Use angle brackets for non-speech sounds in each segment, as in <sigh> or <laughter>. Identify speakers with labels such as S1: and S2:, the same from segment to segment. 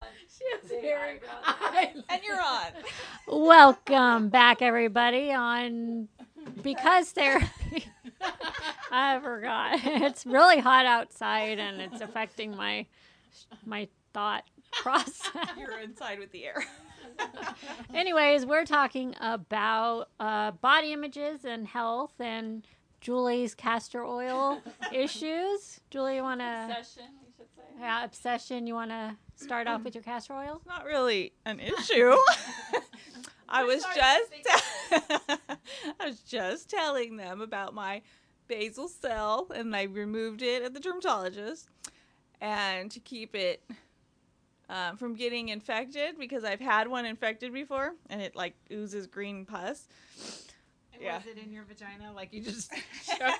S1: <laughs>
S2: Yes,
S1: Big
S2: Harry.
S1: eyebrows. <laughs>
S2: I-
S3: And you're on.
S4: Welcome back, everybody, on Because Therapy. <laughs> I forgot. It's really hot outside and it's affecting my my thought process.
S3: You're inside with the air. <laughs>
S4: Anyways, we're talking about uh, body images and health and Julie's castor
S1: <laughs>
S4: oil issues. Julie, you want to
S1: Session, we should say.
S4: yeah, obsession? You want to start off with your castor oil?
S3: Not really an <laughs> issue. I was
S1: sorry,
S3: just
S1: Stacey.
S3: <laughs> I was just telling them about my basal cell and I removed it at the dermatologist and to keep it um, from getting infected because I've had one infected before and it like oozes green pus.
S2: And
S3: Yeah.
S2: Was it in your vagina? Like you <laughs> just.
S3: Eh. That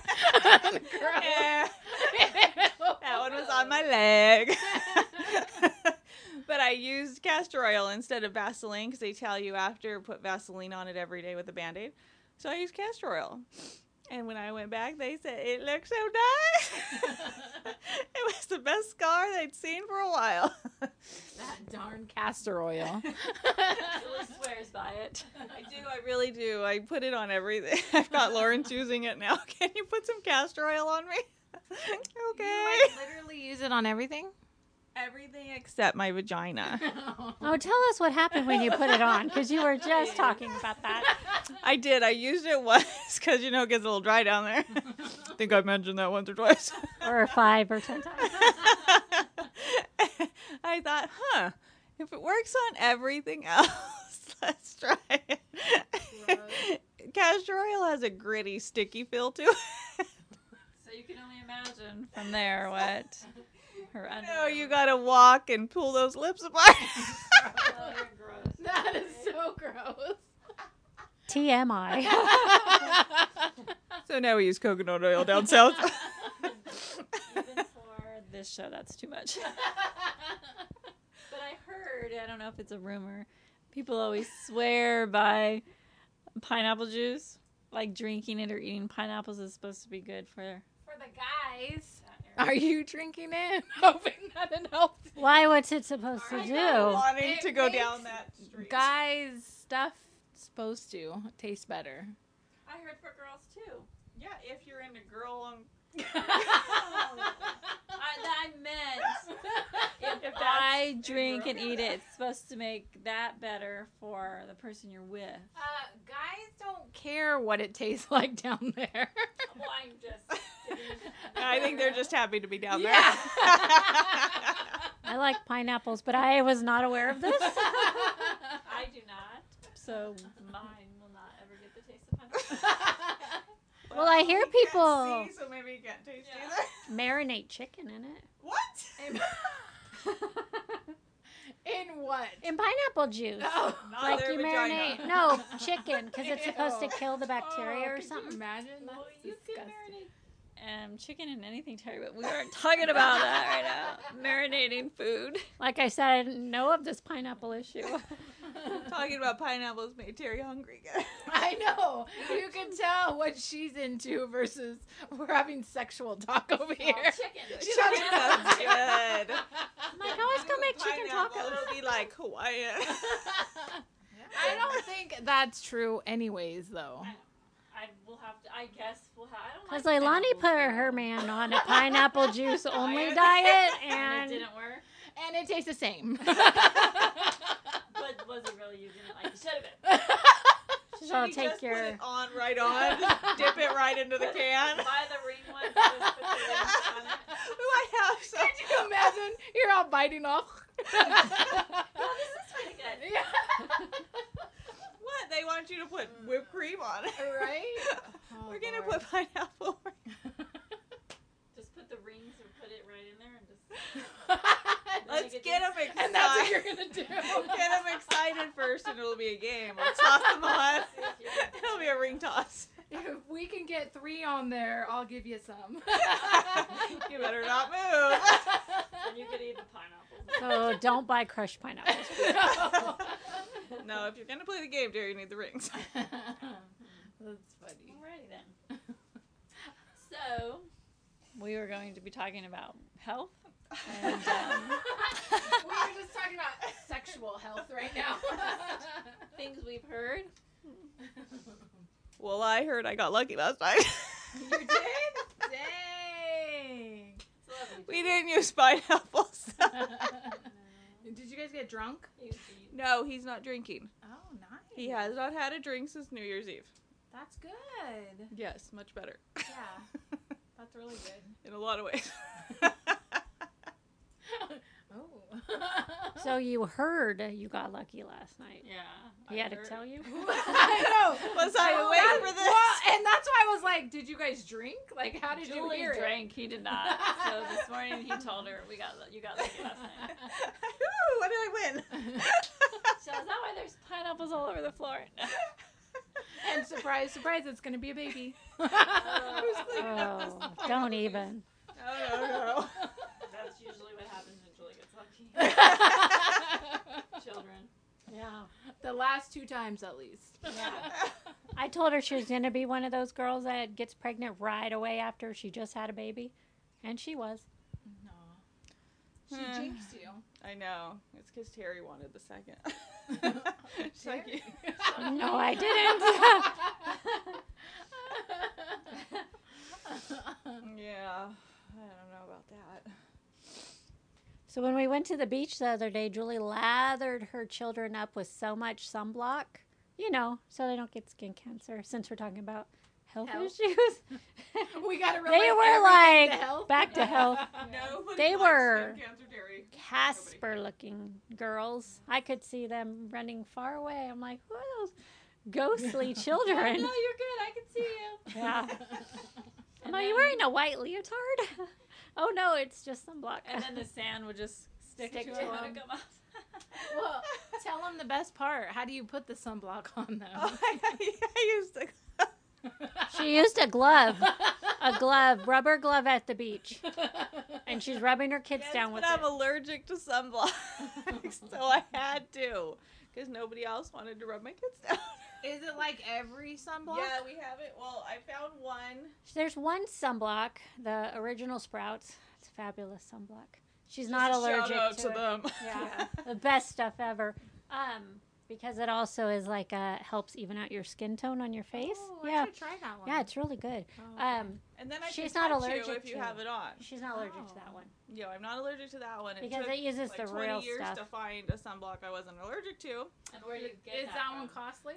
S3: one was on my leg. but I used castor oil instead of Vaseline because they tell you after put Vaseline on it every day with a band aid. So I used castor oil. And when I went back, they said it looked so nice. <laughs> it was the best scar they'd seen for a while. <laughs>
S2: that darn <laughs> castor oil.
S1: <laughs> Julie swears by <laughs> it.
S3: I do, I really do. I put it on everything. <laughs> I've got Lauren's using it now. <laughs> Can you put some castor oil on me? <laughs> okay.
S2: <laughs> You like, literally use it on <laughs> everything.
S3: Everything except my vagina.
S4: Oh, tell us what happened when you put it on because you were just talking about that.
S3: I did. I used it once because you know it gets a little dry down there. I think I mentioned that once or twice. <laughs>
S4: Or five or ten times.
S3: I thought, huh, if it works on everything else, <laughs> let's try it. Castor oil has a gritty, sticky feel to it.
S1: So you can only imagine <laughs> from there what her
S3: <laughs>
S1: underwear.
S3: No, Oh,
S1: <laughs>
S3: you gotta walk and pull those lips apart.
S1: was. Oh, you're gross.
S2: That is so <laughs> gross.
S4: TMI.
S3: so now we use coconut oil
S2: <laughs>
S3: down south.
S1: <laughs> Even for this show, that's too <laughs> much. but I heard, I don't know if it's a rumor, people always swear by pineapple juice. Like drinking it or eating pineapples is supposed to be good for. Ah.
S2: For the guys, are you drinking it? <laughs> Hoping that it helps.
S4: Why? What's it supposed to do?
S3: wanting to
S2: It
S3: go
S2: makes
S3: down that street.
S2: Guys, stuff supposed to taste <laughs> better.
S1: I heard for girls too.
S3: Yeah, if you're into girl <laughs> on
S1: I, that I <laughs> meant if I drink and eat it, it's supposed to make that better for the person you're <laughs> with.
S2: Uh, guys don't care what it tastes <laughs> like down there.
S1: Well, Oh, I'm just.
S3: I think they're
S1: <laughs>
S3: just happy to be down there. <laughs>
S2: Yeah.
S4: I like pineapples, but I was not aware of this.
S1: I do not, so mine will not ever get the taste of <laughs> pineapple.
S4: Well, I hear
S3: you
S4: people-
S3: Can't see, so maybe you can't taste
S1: Yeah.
S3: either. <laughs>
S4: Marinate chicken in it.
S3: What?
S2: In what? <laughs>
S4: In pineapple juice.
S2: Oh,
S3: <laughs> Not
S4: Like
S3: their
S4: you
S3: vagina.
S4: marinate. No, chicken, because it's supposed to
S2: Ew.
S4: kill the bacteria or
S2: could you
S4: something.
S2: imagine
S1: Well,
S2: That's
S1: you can
S2: disgusting.
S1: Um, chicken and anything, Terry, but we aren't talking about
S3: <laughs>
S1: that right now. Marinating food.
S4: Like I said, I didn't know of this pineapple issue.
S3: Talking about pineapples made Terry hungry <laughs> again.
S2: <laughs> I know. You can tell what she's into versus we're having sexual talk over here.
S1: <laughs> chicken.
S2: She's
S3: Chicken
S2: having
S3: <laughs> sounds
S1: <laughs>
S3: good.
S4: I'm like,
S1: oh."
S4: always go make chicken
S3: Pineapple,
S4: tacos.
S3: It'll be like
S4: <laughs>
S2: <laughs>
S3: Hawaiian. <laughs>
S2: I don't think that's true, anyways, though.
S1: I will have to. I guess we'll have. I don't
S4: Because
S1: like
S4: Leilani
S1: pineapples,
S4: put her,
S1: though.
S4: her man on a pineapple juice only
S3: Diet.
S4: diet,
S1: <laughs> and it
S4: and
S1: didn't work.
S4: <laughs>
S2: And it tastes the same. <laughs>
S1: But was it really using it like you should have been?
S4: she's all
S3: Should he
S4: take
S3: just Put
S4: your.
S3: it on right on. <laughs> dip it right into the can. <laughs>
S1: <laughs>
S3: Ooh,
S1: Buy the ring ones. and just <laughs> put the rings on it.
S3: I have some.
S2: Can you imagine? You're all biting off. <laughs>
S1: Oh, this is pretty good.
S3: <laughs> What? They want you to put whipped cream on it.
S2: Right?
S4: <laughs>
S2: Oh,
S3: We're gonna put pineapple.
S1: Just put the rings and put it right in there and just.
S3: Let's
S1: get
S3: get them excited.
S2: <laughs> and that's what you're gonna <laughs> do.
S3: Get them excited first, and it'll be a game. We'll toss them on. It'll be a ring toss. <laughs>
S2: If we can get three on there, I'll give you some. <laughs>
S3: you better not move.
S1: And you could eat the pineapple. <laughs>
S4: So don't buy crushed pineapples.
S3: No, if you're gonna play the game, Jerry, you need the rings.
S2: <laughs> That's funny.
S1: Alrighty then. So, we were
S2: <laughs>
S1: going to be talking about health. And, um,
S2: we were just talking about
S1: we've heard.
S3: Well, I heard I got lucky last time.
S2: You did? <laughs> Dang.
S1: It's lovely.
S3: <laughs> we didn't use pineapple.
S2: <laughs>
S3: So.
S2: Did you guys get drunk?
S1: You eat.
S3: No, he's not drinking.
S2: Oh, nice.
S3: He has not had a drink since New Year's Eve.
S2: That's good.
S3: Yes, much better.
S2: Yeah. That's really good.
S3: <laughs> In a lot
S2: <laughs>
S3: of ways.
S2: <laughs> oh.
S4: <laughs> So you heard you got lucky last night.
S1: Yeah.
S4: He had to tell you.
S2: I know.
S3: Was <laughs> I
S2: So
S3: awake
S2: that-
S3: for this?
S2: Well, and that's why I was like, "Did you guys drink? Like, how did
S1: Julie
S2: you hear
S3: <laughs>
S1: drank. He did not. So this morning he told her we got you <laughs> got lucky last night.
S3: Ooh, what did I win?
S2: it?"
S1: So is that why there's pineapples all over the floor?
S2: <laughs>
S1: <laughs>
S2: and surprise, surprise, it's gonna be a
S3: <laughs>
S2: baby.
S3: I was like,
S4: Oh, don't even.
S3: no, no, no. <laughs>
S2: <laughs>
S1: That's usually what happens when Julie gets <laughs> lucky.
S2: the
S1: Children.
S4: Yeah.
S2: last two times, at least.
S4: I told her she was going to be one of those girls that gets pregnant right away after she just had a baby. And she was.
S2: No. She
S3: She Hmm.
S2: jinxed you.
S3: I know. It's because Terry wanted the second. <laughs> She's like,
S2: Terry.
S4: No, I
S1: <laughs>
S4: didn't. <laughs>
S3: yeah, I don't know about that.
S4: so when we went to the beach the other day, Julie lathered her children up with so much sunblock, you know, so they don't get skin cancer since we're talking about health,
S2: Health.
S4: issues.
S2: <laughs> we gotta relate.
S4: they were
S2: everything
S4: like
S2: to health.
S4: back to health.
S3: Nobody
S4: They
S3: likes
S4: were-
S3: skin cancer, Terry.
S4: Casper looking girls. I could see them running far away. I'm like, who are those ghostly
S1: no, you're
S4: children?
S1: good. I can see you.
S4: <laughs> Yeah.
S3: <laughs>
S1: And
S4: Am I
S1: then-
S4: wearing a white leotard? <laughs> oh no, it's just sunblock.
S1: And then the sand would just stick,
S4: Stick
S1: to, <laughs>
S4: to
S1: it when
S4: him.
S1: it come off.
S2: <laughs>
S1: <laughs>
S2: Well, tell them the best part. How do you put the sunblock on
S3: Oh,
S2: them?
S3: I, I used to.
S4: <laughs> Oh. she used a
S2: <laughs>
S4: glove, a glove, rubber glove at the beach, and she's rubbing her kids
S3: Yes,
S4: down
S3: but
S4: with
S3: I'm
S4: it.
S3: allergic
S4: <laughs>
S3: to sunblock, <laughs> so I had to, because nobody else wanted to rub my kids down.
S2: Is it like every sunblock?
S3: Yeah, we have it. Well, I found one.
S4: There's one sunblock, the original Sprouts. It's a fabulous sunblock. She's
S3: Just
S4: not
S3: a
S4: allergic
S3: shout out
S4: to,
S3: to
S4: it.
S3: them.
S4: Yeah, the best stuff ever. Um, because it also is like uh helps even out your skin tone on your face.
S2: Oh,
S4: yeah,
S2: I should try that one.
S4: yeah, it's really good.
S2: Oh, okay.
S4: Um,
S3: And then I
S4: She's
S3: can
S4: not
S3: touch you
S4: allergic
S3: if you
S4: to
S3: have
S4: it.
S3: it on.
S4: she's not allergic to that
S2: Oh.
S4: one.
S3: Yeah, I'm not allergic to that one. It
S4: Because
S3: took
S4: it uses
S3: like
S4: the
S3: 20
S4: real
S3: years
S4: stuff.
S3: to find a sunblock I wasn't allergic to.
S1: And where do you get
S2: Is
S1: that,
S2: that, one
S1: from?
S2: costly?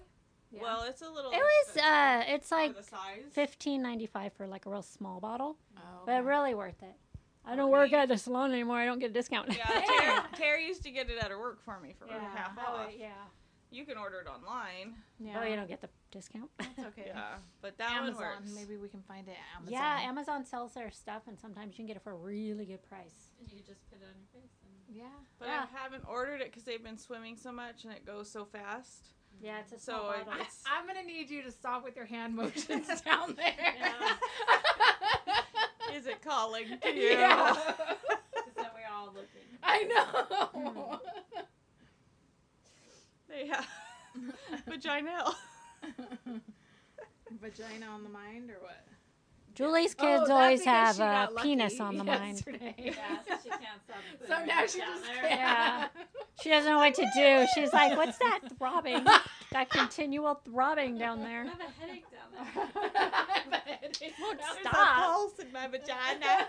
S2: Yeah.
S3: Well, it's a little.
S4: It was
S3: expensive
S4: uh, it's
S3: for
S4: like
S3: the size.
S4: fifteen ninety five for like a real small bottle,
S2: Oh,
S4: but really worth it. I don't
S3: Okay.
S4: work at the salon anymore. I don't get a discount. <laughs>
S3: Yeah, Terry,
S2: Yeah.
S3: Terry used to get it at her work for me for
S2: Yeah.
S3: half
S4: Oh,
S3: off.
S4: yeah.
S3: You can order it online.
S2: yeah.
S4: Oh, you don't get the discount. <laughs>
S2: It's okay.
S3: Yeah, but that one
S2: Amazon.
S3: works.
S2: Maybe we can find it at Amazon.
S4: Yeah, Amazon sells their stuff, and sometimes you can get it for a really good price.
S1: And you could just put it on your face. And...
S2: Yeah.
S3: But
S4: Yeah.
S3: I haven't ordered it because they've been swimming so much and it goes so fast.
S4: Yeah, it's a
S3: So
S4: small
S3: I-
S4: bottle.
S2: I,
S3: It's-
S2: I'm gonna need you to stop with your hand motions down there. <laughs>
S1: Yeah.
S3: Is it calling
S4: <laughs>
S3: to you?
S2: Yeah.
S1: Is that we're all looking?
S2: I know.
S3: They have <laughs> vagina health.
S2: Vagina on the mind or what?
S4: <laughs> Julie's kids
S2: Oh, that's
S4: always
S2: because
S4: have
S2: she
S4: a
S2: got lucky
S4: penis on the mind.
S2: yesterday.
S1: <laughs> Yeah, so she can't stop.
S2: <laughs>
S1: putting
S2: So
S1: her
S2: now
S1: head
S2: she
S1: down
S2: just
S1: there.
S2: can't.
S4: Yeah. She doesn't know what to do. She's like, "What's that <laughs>
S3: <laughs>
S4: throbbing? that continual throbbing down
S1: I
S4: there?"
S1: have a headache down there. <laughs>
S2: Won't
S3: There's a
S4: Stop.
S3: pulse in
S4: <laughs>
S3: my vagina.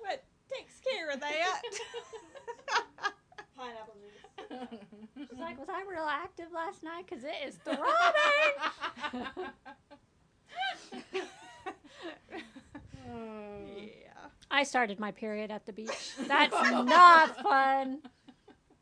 S3: What takes care
S2: <laughs>
S3: of that?
S4: <laughs>
S1: Pineapple juice.
S4: She's like, "Was I real active last night? Cause it is throbbing."
S3: yeah.
S4: I started my period at
S1: <laughs>
S4: the beach. Hmm.
S2: <laughs>
S4: That's not fun.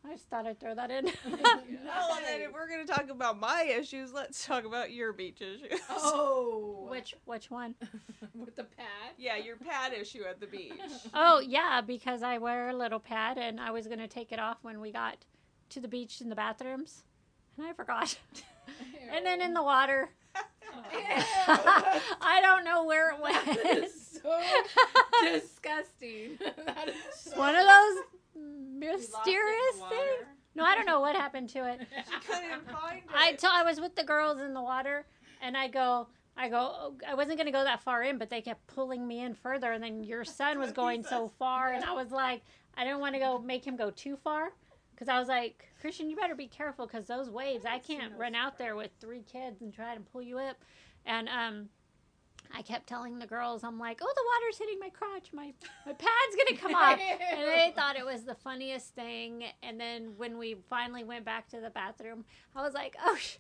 S4: I just thought I'd throw
S1: <laughs>
S4: that in.
S3: Oh, and then if we're gonna talk about my issues, let's talk about your beach issues.
S2: Oh,
S4: which which one?
S2: <laughs> with the pad?
S3: <laughs>
S2: <laughs>
S3: Yeah, your pad issue at the beach.
S4: Oh yeah, because I wear a little pad, and I was gonna take it off when we got to the beach in the bathrooms, and I forgot. And then in the water, <laughs> I don't know where it
S2: that
S4: went. <laughs>
S2: is so disgusting. <laughs> That is
S4: <laughs>
S2: so
S4: One of those
S1: You lost it in
S4: mysterious
S1: the
S4: things.
S1: water.
S4: No, I don't know what happened to it.
S3: <laughs>
S1: <laughs>
S3: Couldn't find it.
S4: I t- I was with the girls in the water, and I go, I go, oh, I wasn't gonna go that far in, but they kept pulling me in further, and then your son was
S3: what he
S4: going so
S3: says.
S4: far, and I was like, I didn't want to go make him go too far, because I was like, Christian, you better be careful because those waves, I
S1: haven't seen
S4: can't
S1: those
S4: run out there with three kids and try to pull you up. And um, I kept telling the girls, I'm like, oh, the water's hitting my crotch, my my pad's gonna <laughs> come
S2: <laughs>
S4: off. And they thought it was the funniest thing. And then when we finally went back to the bathroom, I was like, oh, sh-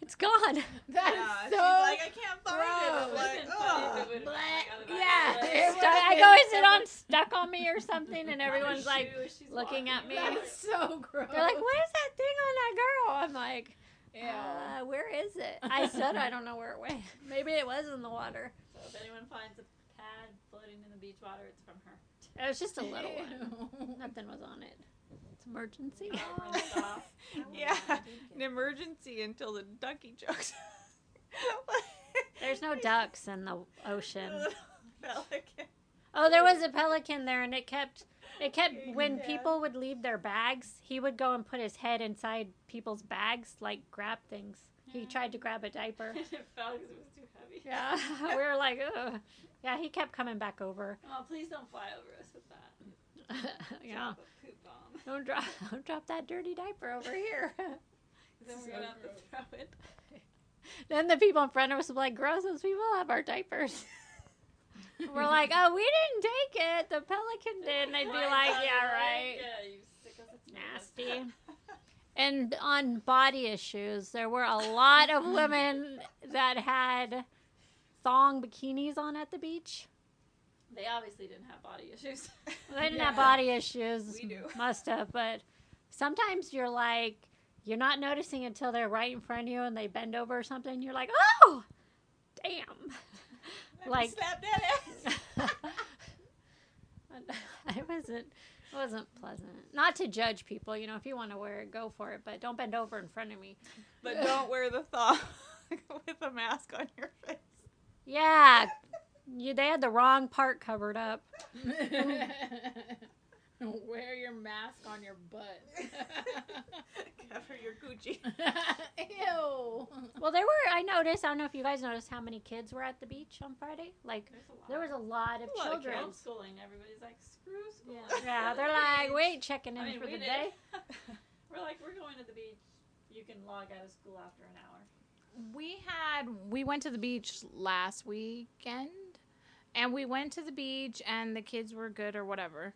S4: it's gone.
S2: That's so.
S3: Yeah, she's
S2: <laughs>
S3: like, I can't
S2: gross.
S3: find
S2: It
S3: it. I'm like,
S1: It would've
S4: Blech.
S1: been like,
S4: <laughs>
S2: Yeah.
S1: otherwise,
S2: It
S1: like,
S2: would've
S4: Stuck- I
S2: been
S4: go, is it
S2: <laughs> so-
S4: on stuck on me or something? And everyone's
S1: shoe
S4: like,
S1: as she's
S4: looking
S1: walking
S4: at
S1: <laughs>
S4: me.
S1: around.
S2: That's so gross.
S4: they're like, what is that thing on that girl? I'm like.
S2: Ew.
S4: Uh, where is it? I said I don't know where it went. <laughs> Maybe it was in the water.
S1: So if anyone finds a pad floating in the beach water, it's from her.
S4: It was just a little one.
S2: Ew. Oh.
S4: Nothing was on it. It's emergency.
S1: All rinsed off.
S3: Yeah,
S1: <laughs>
S3: an emergency until the ducky
S4: <laughs>
S3: jokes.
S4: <laughs> There's no ducks in the ocean.
S3: <laughs> Pelican.
S4: Oh, there was a pelican there, and it kept it <laughs> kept when
S3: Yeah.
S4: people would leave their bags, he would go and put his head inside people's bags, like grab things. He tried to grab a <laughs> diaper.
S1: it fell because it was too heavy.
S4: Yeah, we were like, Ugh. yeah. He kept coming back over.
S1: Oh, please don't fly over us with that.
S4: <laughs> yeah,
S1: Drop a poop bomb. <laughs>
S4: don't drop <laughs> don't drop that dirty diaper over here. <laughs>
S1: Then we're gonna have to throw it.
S4: Then the people in front of us were like, gross, those people have our diapers. <laughs> we're
S2: <laughs>
S4: like, oh, we didn't take it. The pelican did. And they'd be
S1: Why
S4: like, "Oh,
S1: not?
S4: yeah,
S1: Like,
S4: right.
S1: Yeah, you sick of it.
S4: Nasty. And on body issues, there were a lot of women that had thong bikinis on at the beach.
S1: They obviously didn't have body issues.
S4: <laughs> They didn't have
S2: Yeah.
S4: body issues. <laughs>
S3: We do.
S4: Must have. But sometimes you're like, you're not noticing until they're right in front of you and they bend over or something. You're like, oh, damn. <laughs> Like-
S3: slap
S4: <laughs>
S3: that ass.
S4: it wasn't it wasn't pleasant. Not to judge people, you know, if you want to wear it, go for it, but don't bend over in front of me.
S3: but don't wear the thong <laughs> with a mask on your face.
S4: Yeah. You, they had the wrong part covered up.
S2: <laughs> Wear your mask on your butt. <laughs>
S4: <laughs>
S3: Cover your Gucci.
S2: Ew. <laughs>
S4: Well, there were, I noticed, I don't know if you guys noticed how many kids were at the beach on Friday. Like,
S1: There's a lot.
S4: there was a lot of
S3: A lot of
S4: children.
S3: kids.
S1: homeschooling. Everybody's like, screw school.
S3: Yeah.
S1: let's
S4: yeah,
S1: go to
S4: they're
S1: the <laughs>
S4: like,
S1: beach.
S4: we ain't checking in
S1: I mean,
S4: for
S1: we
S4: the
S1: did. <laughs>
S4: day.
S1: we're like, we're going to the beach. You can log out of school after an hour.
S2: We had we went to the beach last weekend and we went to the beach and the kids were good or whatever.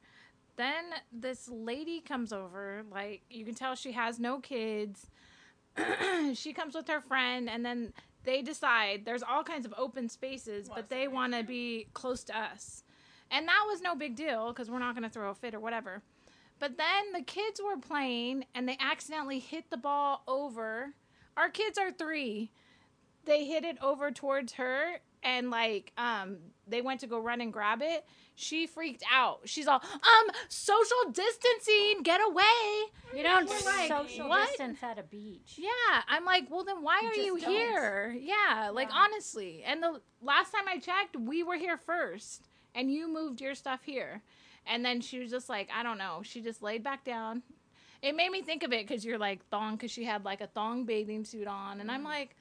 S2: Then this lady comes over, like you can tell she has no kids. <clears throat> she comes with her friend and then they decide there's all kinds of open spaces, but
S3: Wants
S2: they want to be close to us. And that was no big deal cuz we're not going to throw a fit or whatever. But then the kids were playing and they accidentally hit the ball over. Our kids are 3 they hit it over towards her and like um they went to go run and grab it she freaked out she's all um social distancing get away
S4: You don't
S2: We're like,
S4: social
S2: what?
S4: distance at a beach.
S2: yeah i'm like well then why
S4: You
S2: are
S4: just
S2: you
S4: don't.
S2: here yeah like
S4: Yeah.
S2: honestly and the last time i checked we were here first and you moved your stuff here and then she was just like i don't know she just laid back down it made me think of it because you're like thong because she had like a thong bathing suit on
S4: Mm.
S2: and i'm like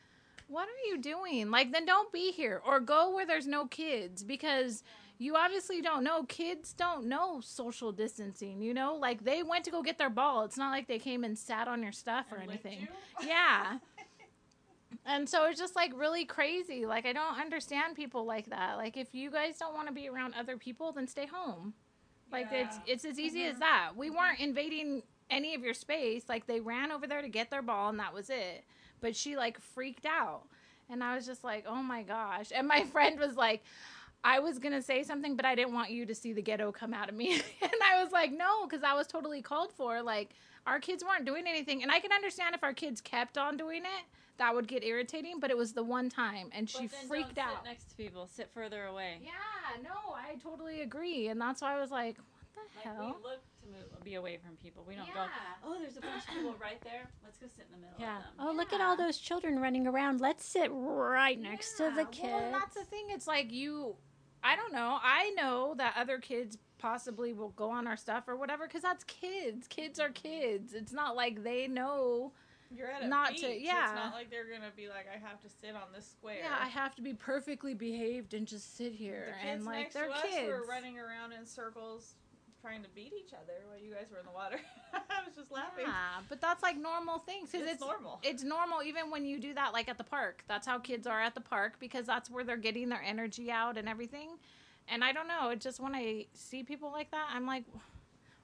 S2: what are you doing like then don't be here or go where there's no kids because you obviously don't know kids don't know social distancing you know like they went to go get their ball it's not like they came and sat on your stuff or
S1: And licked
S2: anything
S1: you?
S2: yeah and so it's just like really crazy like i don't understand people like that like if you guys don't want to be around other people then stay home like it's it's as easy as that. We weren't invading any of your space. Like they ran over there to get their ball and that was it. But she like freaked out. And I was just like, "Oh my gosh." And my <laughs> friend was like, "I was going to say something, but I didn't want you to see the ghetto come out of me." <laughs> and I was like, "No, cuz I was totally called for. Like our kids weren't doing anything." And I can understand if our kids kept on doing it, that would get irritating, but it was the one time and she
S1: But then
S2: freaked
S1: don't
S2: out.
S1: Sit next to people. Sit further away.
S2: yeah, no, I totally agree. And that's why I was like, "What the
S1: Like
S2: hell?"
S1: we look to move, be away from people. We don't go.
S2: Yeah.
S1: Oh, there's a bunch of people right there. Let's go sit in the middle
S4: Yeah.
S1: of them.
S4: Oh, look at all
S2: Yeah.
S4: those children running around. Let's sit right next to the
S2: Yeah,
S4: kids.
S2: Well, and that's the thing. It's like you, I don't know. I know that other kids possibly will go on our stuff or whatever because that's kids. Kids are kids. It's not like they know.
S3: You're at a
S2: Not to-
S3: beach.
S2: yeah.
S3: It's not like they're gonna be like, I have to sit on this square.
S2: Yeah, I have to be perfectly behaved and just sit
S3: the
S2: here
S3: kids
S2: and like
S3: next
S2: they're
S3: to us
S2: kids.
S3: were running around in circles, trying to beat each other while you guys were in the water. <laughs> I was just laughing.
S2: Yeah, but that's like normal things because
S3: It's
S2: it's,
S3: normal.
S2: It's normal even when you do that, like at the park. That's how kids are at the park because that's where they're getting their energy out and everything. And I don't know, it just when I see people like that, I'm like,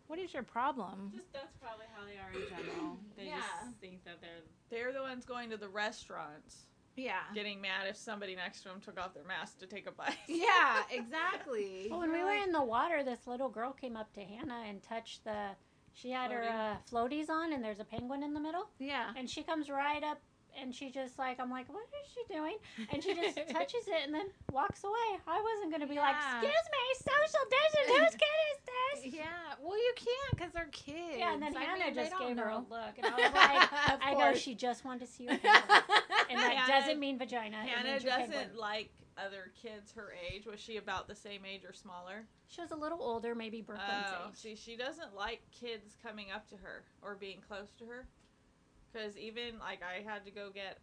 S2: what is your problem?
S1: Just that's probably how they are in general. They
S2: Yeah.
S1: just think that they're
S3: They're the ones going to the restaurants,
S2: Yeah,
S3: getting mad if somebody next to them took off their mask to take a bite.
S2: <laughs>
S3: <laughs>
S2: yeah, exactly.
S4: Well, when we
S2: You're
S4: were
S2: like,
S4: in the water, this little girl came up to Hannah and touched the. She had her uh, floaties on, and there's a penguin in the middle,
S2: yeah,
S4: and she comes right up. And she just like I'm like, what is she doing? And she
S3: <laughs>
S4: just touches it and then walks away. I wasn't gonna be like,
S2: Yeah.
S4: excuse me, social distancing. Whose kid is this?
S3: <laughs>
S2: yeah. Well, you can't because they're kids.
S4: Yeah, and then
S2: I
S4: Hannah
S2: mean, they
S4: just
S2: don't
S4: gave her a
S2: know.
S1: <laughs>
S4: look,
S2: <laughs>
S4: and I was like,
S2: Of
S4: I go,
S2: course.
S4: she just wanted to see
S3: <laughs>
S4: your penguin, and that
S3: Hannah-
S4: doesn't mean vagina. it
S3: Hannah
S4: means your
S3: doesn't
S4: penguin.
S3: like other kids her age. Was she about the same age or smaller?
S4: She was a little older, maybe Brooklyn's
S3: Oh,
S4: age.
S3: see, she doesn't like kids coming up to her or being close to her. Because even like I had to go get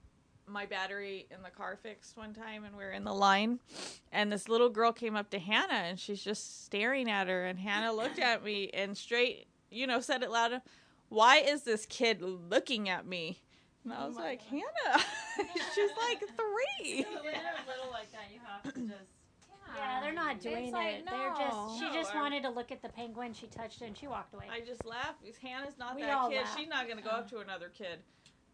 S3: my battery in the car fixed one time, and we are in the line, and this little girl came up to Hannah, and she's just staring at her, and Hannah looked at me and straight, you know, said it loud, "Why is this kid looking at me?" And I
S2: Oh
S3: was
S2: my
S3: like, "Hannah, <laughs> she's like
S2: <laughs>
S3: three.
S1: when they're little like that, you have to just.
S4: Yeah, they're not
S2: It's
S4: doing
S2: like,
S4: it. They're just. She
S3: no.
S4: just
S3: No, I-
S4: wanted to look at the penguin. She touched it and she walked away.
S3: I just laugh because Hannah's not
S4: We all
S3: that kid.
S4: laugh.
S3: She's not going to go up to another kid.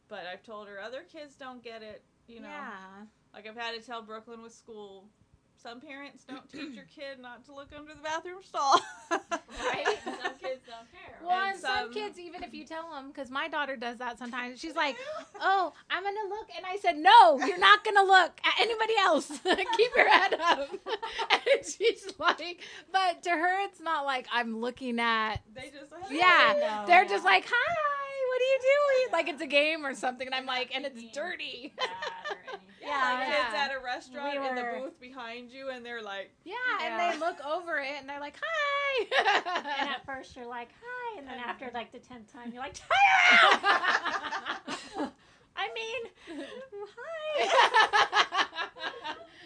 S3: But I've told her other kids don't get it. You know,
S2: Yeah.
S3: like I've had to tell Brooklyn with school. Some parents don't teach your kid not to look under the bathroom stall. <laughs>
S1: Right? Some kids don't care.
S2: Well,
S3: And
S2: and some
S3: some-
S2: kids, even if you tell them, because my daughter does that sometimes, she's <laughs> like, "Oh, I'm gonna look," and I said, "No, you're not gonna look at anybody else. <laughs> Keep your head up." <laughs> and she's like, "But to her, it's not like I'm looking at."
S3: <laughs> they just
S2: Oh, Yeah,
S4: No,
S2: they're
S4: yeah.
S2: just like, "Hi, what are you doing?" Like
S1: Yeah.
S2: it's a game or something, and I'm
S1: They're not
S2: like, "And it's
S1: thinking.
S2: dirty."
S1: Bad or anything.
S3: Yeah, like
S2: yeah.
S3: kids at a restaurant
S4: We
S3: in the
S4: were-
S3: booth behind you, and they're like,
S2: Yeah,
S4: Yeah.
S2: and they look over it and they're like,
S4: and
S2: <laughs> "Hi."
S4: at first you're like, hi, and then
S3: And-
S4: after like the tenth time you're like, tire
S3: <laughs>
S4: out. <laughs> I mean, hi.
S2: <laughs>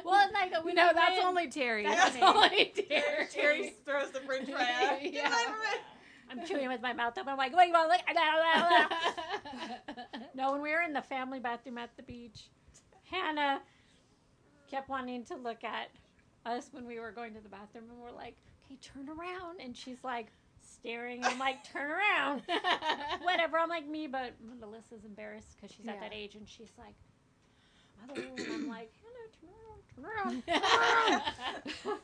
S4: Well, it's like we
S2: no, that's
S4: went-
S2: only
S4: <laughs>
S2: Terry.
S4: That's
S2: That's,
S4: me. <laughs>
S2: <laughs> only
S3: Terry,
S2: Terry.
S3: <laughs> Terry throws the french fry out. Get
S2: Yeah.
S3: away from it.
S4: I'm chewing with my mouth open. I'm like, what do you <laughs> want to look? <laughs> No, when we were in the family bathroom at the beach, Hannah kept wanting to look at us when we were going to the bathroom, and we're like, okay, turn around. And she's like, staring. I'm <laughs> like, turn around.
S2: <laughs>
S4: Whatever. I'm like, me, but Melissa's embarrassed because she's at
S2: Yeah.
S4: that age, and she's like, mother. And I'm like, Hannah, turn around, turn <laughs>
S3: <laughs>
S4: around.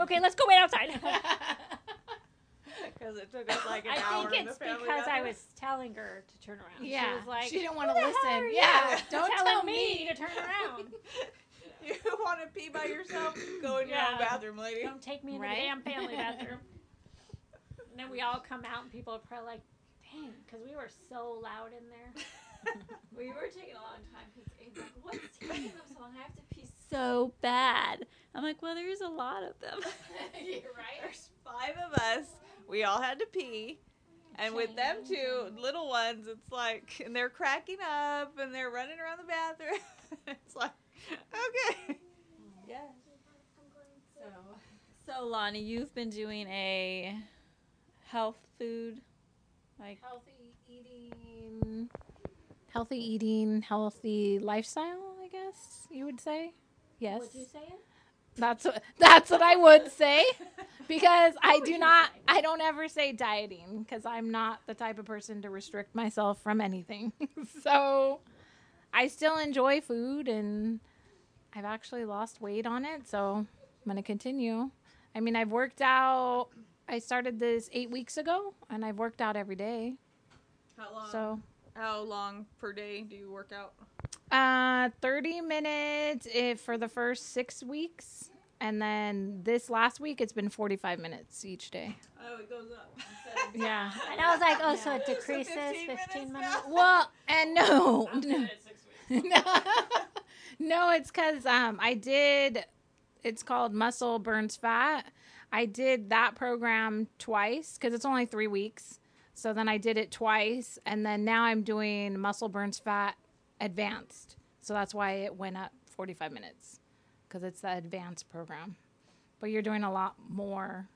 S4: okay, let's go wait outside. <laughs>
S3: Because it took us like an
S4: I
S3: hour.
S4: think
S3: in
S4: it's
S3: the family
S4: because I
S3: bathroom.
S4: was telling her to turn around.
S2: yeah,
S4: She was like,
S2: she didn't want
S4: "Who the
S2: to
S4: hell are
S2: listen.
S4: you
S2: Yeah, <laughs> don't
S4: telling
S2: tell
S4: me
S2: me.
S4: to turn around.
S3: <laughs> You want to pee by yourself? Go in your
S4: Yeah.
S3: own bathroom, lady.
S4: Don't take me in
S2: Right?
S4: the damn family bathroom. and then we all come out, and people are probably like, dang, because we were so loud in there.
S1: We were taking a long time because Abe's like, what's taking them so long? I have to pee <laughs> so bad. I'm like, well, there's a lot of
S3: <laughs>
S1: them.
S2: You're right.
S3: There's five of us. We all had to pee. And with them two little ones, it's like, and they're cracking up and they're running around the bathroom. <laughs> it's like, okay.
S1: Yes. So, so Lonnie, you've been doing a health food, like
S2: Healthy eating, healthy eating, healthy lifestyle. I guess you would say. Yes,
S4: What you saying?
S2: that's what that's what I would say because I do
S4: you
S2: not.
S4: say?
S2: I don't ever say dieting because I'm not the type of person to restrict myself from anything. <laughs> so I still enjoy food, and I've actually lost weight on it. So I'm gonna continue. I mean, I've worked out. I started this eight weeks ago, and I've worked out every day.
S3: How long?
S2: So
S3: how long per day do you work out?
S2: Uh, 30 minutes if for the first six weeks. And then this last week, it's been 45 minutes each day.
S3: Oh, it goes up.
S1: <laughs>
S4: <laughs>
S2: Yeah.
S4: And I was like, oh, so it
S3: So
S4: decreases 15 minutes.
S3: now?
S2: Well, and no, no,
S1: at six weeks.
S2: <laughs> no, it's because um, I did. It's called Muscle Burns Fat. I did that program twice because it's only three weeks. So then I did it twice, and then now I'm doing Muscle Burns Fat Advanced. So that's why it went up 45 minutes because it's the advanced program. But you're doing a lot more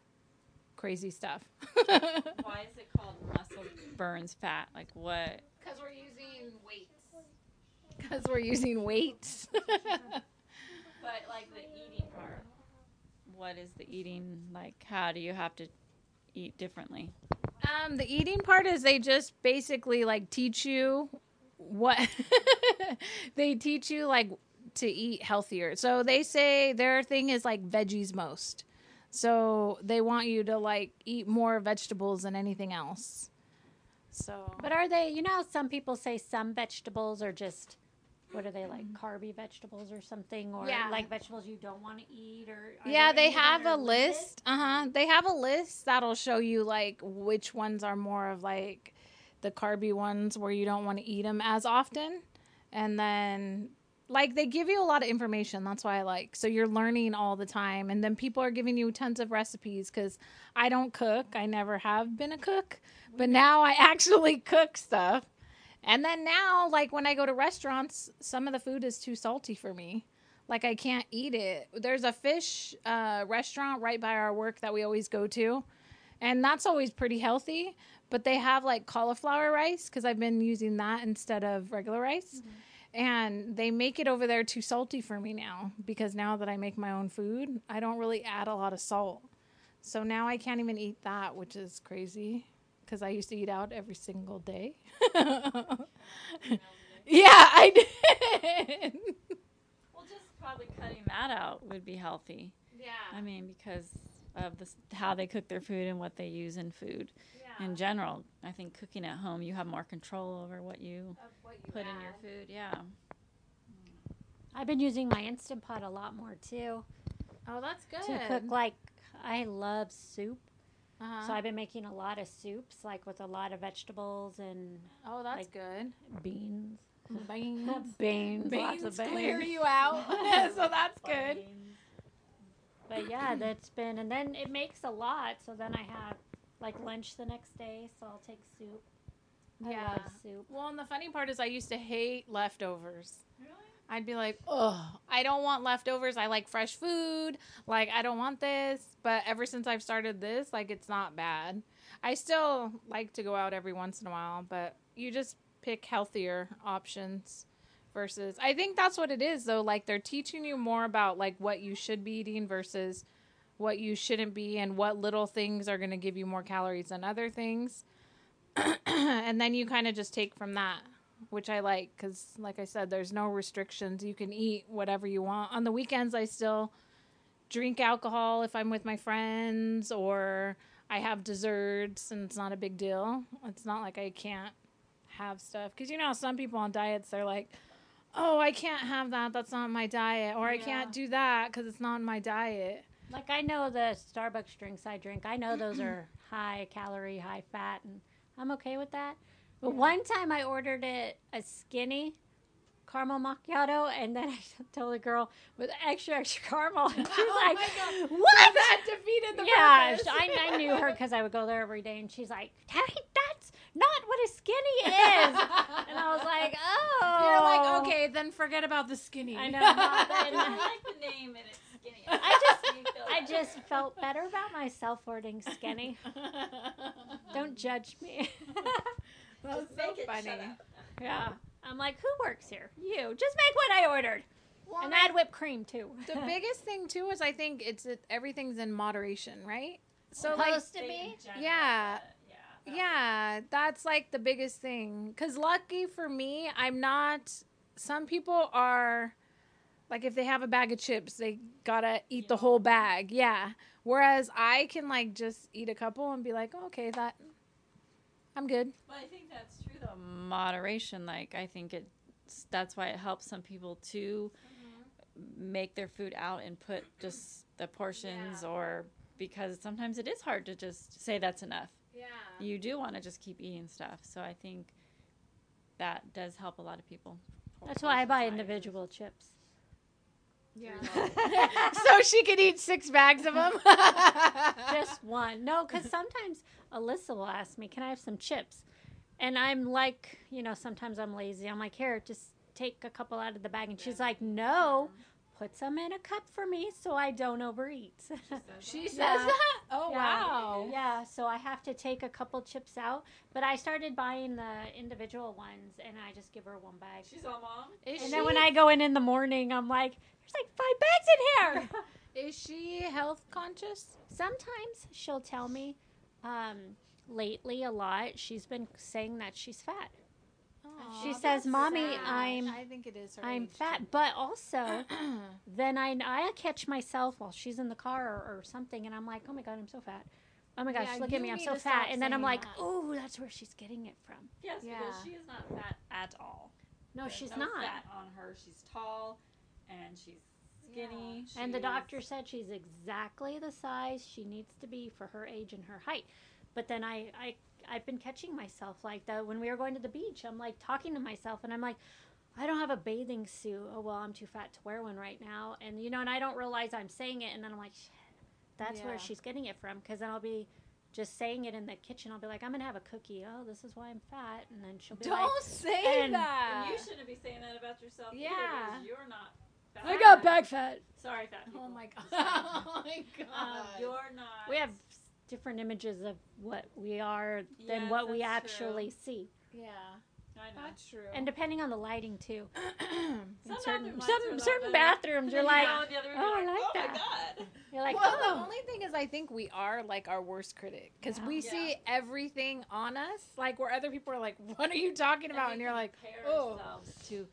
S2: crazy stuff. <laughs>
S1: Why is it called muscle burns fat? Like what?
S2: Because we're using weights. Because we're using weights. <laughs>
S1: But like the eating part. What is the eating like? How do you have to eat differently?
S2: um, the eating part is they just basically like teach you what <laughs> they teach you like to eat healthier. So they say their thing is like veggies most. So they want you to like eat more vegetables than anything else. So
S4: But are they, you know, how some people say some vegetables are just, what are they like, carby vegetables or something? Or
S2: Mm. Yeah.
S4: like vegetables you don't want to eat? or are
S2: Yeah,
S4: there
S2: they
S4: any that
S2: have
S4: are
S2: a
S4: limited?
S2: list. Uh huh. They have a list that'll show you like which ones are more of like the carby ones where you don't want to eat them as often, and then like they give you a lot of information. That's why I like. So you're learning all the time, and then people are giving you tons of recipes because I don't cook. I never have been a cook, but now I <laughs> actually cook stuff. And then now, like when I go to restaurants, some of the food is too salty for me like I can't eat it. There's a fish uh, restaurant right by our work that we always go to, and that's always pretty healthy. But they have like cauliflower rice because I've been using that instead of regular rice, and they make it over there too salty for me now because now that I make my own food, I don't really add a lot of salt. So now I can't even eat that, which is crazy because I used to eat out every single day. <laughs> yeah, I did.
S1: Well, just probably cutting that out would be healthy.
S2: Yeah.
S1: I mean, because of this, how they cook their food and what they use in food
S2: Yeah.
S1: in general. I think cooking at home, you have more control over what you
S2: of what you
S1: put in your food. Yeah.
S4: I've been using my Instant Pot a lot more too
S2: Oh, that's good.
S4: to cook like, I love soup.
S2: Uh-huh.
S4: So I've been making a lot of soups, like with a lot of vegetables and
S2: oh, that's
S4: like-
S2: good.
S4: beans. Beans,
S2: Beans,
S4: lots of
S2: <laughs> beans
S4: beans.
S2: clear you out, <laughs> so
S4: <laughs>
S2: that's good.
S4: But yeah,
S2: Mm.
S4: that's been, and then it makes a lot. So then I have like lunch the next day. So I'll take soup. I
S2: Yeah.
S4: love soup.
S2: Well, and the funny part is, I used to hate leftovers. I'd be like, oh, I don't want leftovers. I like fresh food. Like, I don't want this. But ever since I've started this, like, it's not bad. I still like to go out every once in a while, but you just pick healthier options versus. I think that's what it is, though. Like, they're teaching you more about, like, what you should be eating versus what you shouldn't be and what little things are going to give you more calories than other things. and then you kind of just take from that which I like because, like I said, there's no restrictions. You can eat whatever you want. On the weekends, I still drink alcohol if I'm with my friends or I have desserts, and it's not a big deal. It's not like I can't have stuff because you know, some people on diets, they're like, oh, I can't have that. That's not my diet. Or I can't do that because it's not in my diet.
S4: Like I know the Starbucks drinks I drink, I know those
S2: <clears throat>
S4: are high calorie, high fat, and I'm okay with that. But one time I ordered it a skinny caramel macchiato, and then <laughs> I told the girl with extra extra caramel.
S2: <laughs>
S4: She was
S1: Oh
S4: like, "What?"
S2: That defeated Oh the
S4: yeah,
S2: purpose.
S4: so
S2: <laughs>
S4: I, I knew her because I would go there every day, and she's like, "Hey, that's not what a
S2: <laughs>
S4: skinny is." and I was like,
S2: You're
S4: "Oh."
S2: like, okay, then forget about the skinny. <laughs>
S4: I know. not
S1: <laughs> I
S4: that-
S1: like the name and it's skinny.
S4: I just, I just felt better about myself ordering
S2: <laughs>
S4: skinny. Don't judge me.
S2: That was so funny.
S4: yeah. I'm like, who works here? You. Just make what I ordered. and add whipped cream too.
S2: the <laughs>
S4: <laughs>
S2: biggest thing too is I think it's it, everything's in moderation, right? So like,
S4: Supposed to be.
S2: Yeah.
S1: Yeah.
S2: yeah, that's like the biggest thing. Cause lucky for me, I'm not. Some people are, like, if they have a bag of chips, they gotta eat the whole bag. Yeah. Whereas I can like just eat a couple and be like, okay, that, I'm good.
S1: Well, I think that's true though. Moderation, like I think it, that's why it helps some people to
S2: Mm-hmm.
S1: make their food out and put just the portions, or because sometimes it is hard to just say that's enough.
S2: Yeah.
S1: You do want to just keep eating stuff, so I think that does help a lot of people.
S4: That's why I buy
S1: Portion sizes. <laughs>
S4: <laughs> individual chips.
S2: so she could eat six bags of them.
S4: Just one. No, because sometimes Alyssa will ask me, Can I have some chips? And I'm like, you know, sometimes I'm lazy. I'm like, Here, just take a couple out of the bag. And she's like, No, puts them in a cup for me so I don't overeat. <laughs>
S2: She says
S4: Yeah.
S2: that? Oh,
S4: Yeah.
S2: wow.
S4: yeah, so I have to take a couple chips out, but I started buying the individual ones and I just give her one bag.
S1: <laughs> She's all mom.
S2: Is
S4: and
S2: she,
S4: then when I go in in the morning, I'm like, there's like five
S2: <laughs>
S4: bags in here.
S2: is she health conscious?
S4: Sometimes she'll tell me, um, lately a lot, she's been saying that she's fat. She
S2: Aw,
S4: says,
S2: that's
S4: "Mommy,
S2: sad."
S4: I'm-
S2: I think it is her
S4: I'm
S2: age, <clears throat>
S4: fat, but also then I, I catch myself while she's in the car or, or something, and I'm like, oh my god, I'm so fat. Oh my gosh,
S2: Yeah,
S4: look at
S2: you
S4: me, I'm
S2: need
S4: so
S2: to stop
S4: fat. And then I'm
S2: saying
S4: like,
S2: that.
S4: oh, that's where she's getting it from.
S1: Yes, because
S2: Yeah.
S1: she is not fat at all.
S4: No,
S1: There's
S4: she's
S1: no
S4: not.
S1: fat on her. She's tall, and she's skinny.
S4: And the
S1: She's-
S4: doctor said she's exactly the size she needs to be for her age and her height. But then I, I I've been catching myself like that when we were going to the beach. I'm like talking to myself and I'm like, I don't have a bathing suit. Oh well, I'm too fat to wear one right now. And you know, and I don't realize I'm saying it. And then I'm like, shit, that's
S2: Yeah.
S4: where she's getting it from. Because then I'll be just saying it in the kitchen. I'll be like, I'm gonna have a cookie. Oh, this is why I'm fat. And then she'll be
S2: Don't
S4: like,
S2: say
S4: and-
S2: that.
S1: And you shouldn't be saying that about yourself. either,
S2: Yeah.
S1: because you're not. Fat.
S4: I got back fat.
S1: Sorry, fat. People.
S2: oh my god. <laughs> oh my
S1: Um,
S2: god.
S1: you're not.
S4: We have different images of what we are than
S1: Yes,
S4: what we
S1: that's
S4: actually see.
S2: yeah.
S1: I know.
S2: That's true.
S4: And depending on the lighting too. In
S1: Some
S4: certain
S1: bathroom lights
S4: some
S1: are a lot
S4: <laughs>
S1: better.
S4: certain bathrooms
S1: Then
S4: you're
S1: you
S4: like
S1: go in the other room, you're
S4: "Oh, I like
S1: oh
S4: that."
S1: My
S4: <laughs>
S1: God.
S4: you're like
S2: well, the
S4: oh.
S2: only thing is, I think we are like our worst critic because
S4: Yeah.
S2: we
S1: Yeah.
S2: see everything on us, like where other people are like, "What are you talking about?" And
S1: we
S2: you're like,
S1: compare
S2: "Oh,
S1: ourselves to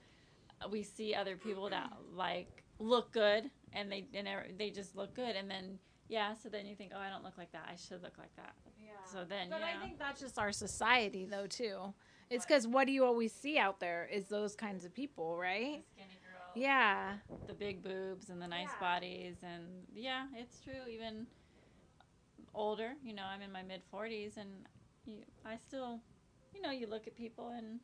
S1: uh, we see other people that like look good and they and every- they just look good and then yeah so then you think oh i don't look like that i should look like that so then
S2: But
S1: yeah
S2: I think that's just our society, though, too. It's because what do you always see out there is those kinds of people,
S1: the
S2: right?
S1: skinny girl
S2: Yeah.
S1: the big boobs and the nice
S2: Yeah.
S1: bodies and yeah it's true even older you know i'm in my mid 40s and you, i still you know you look at people and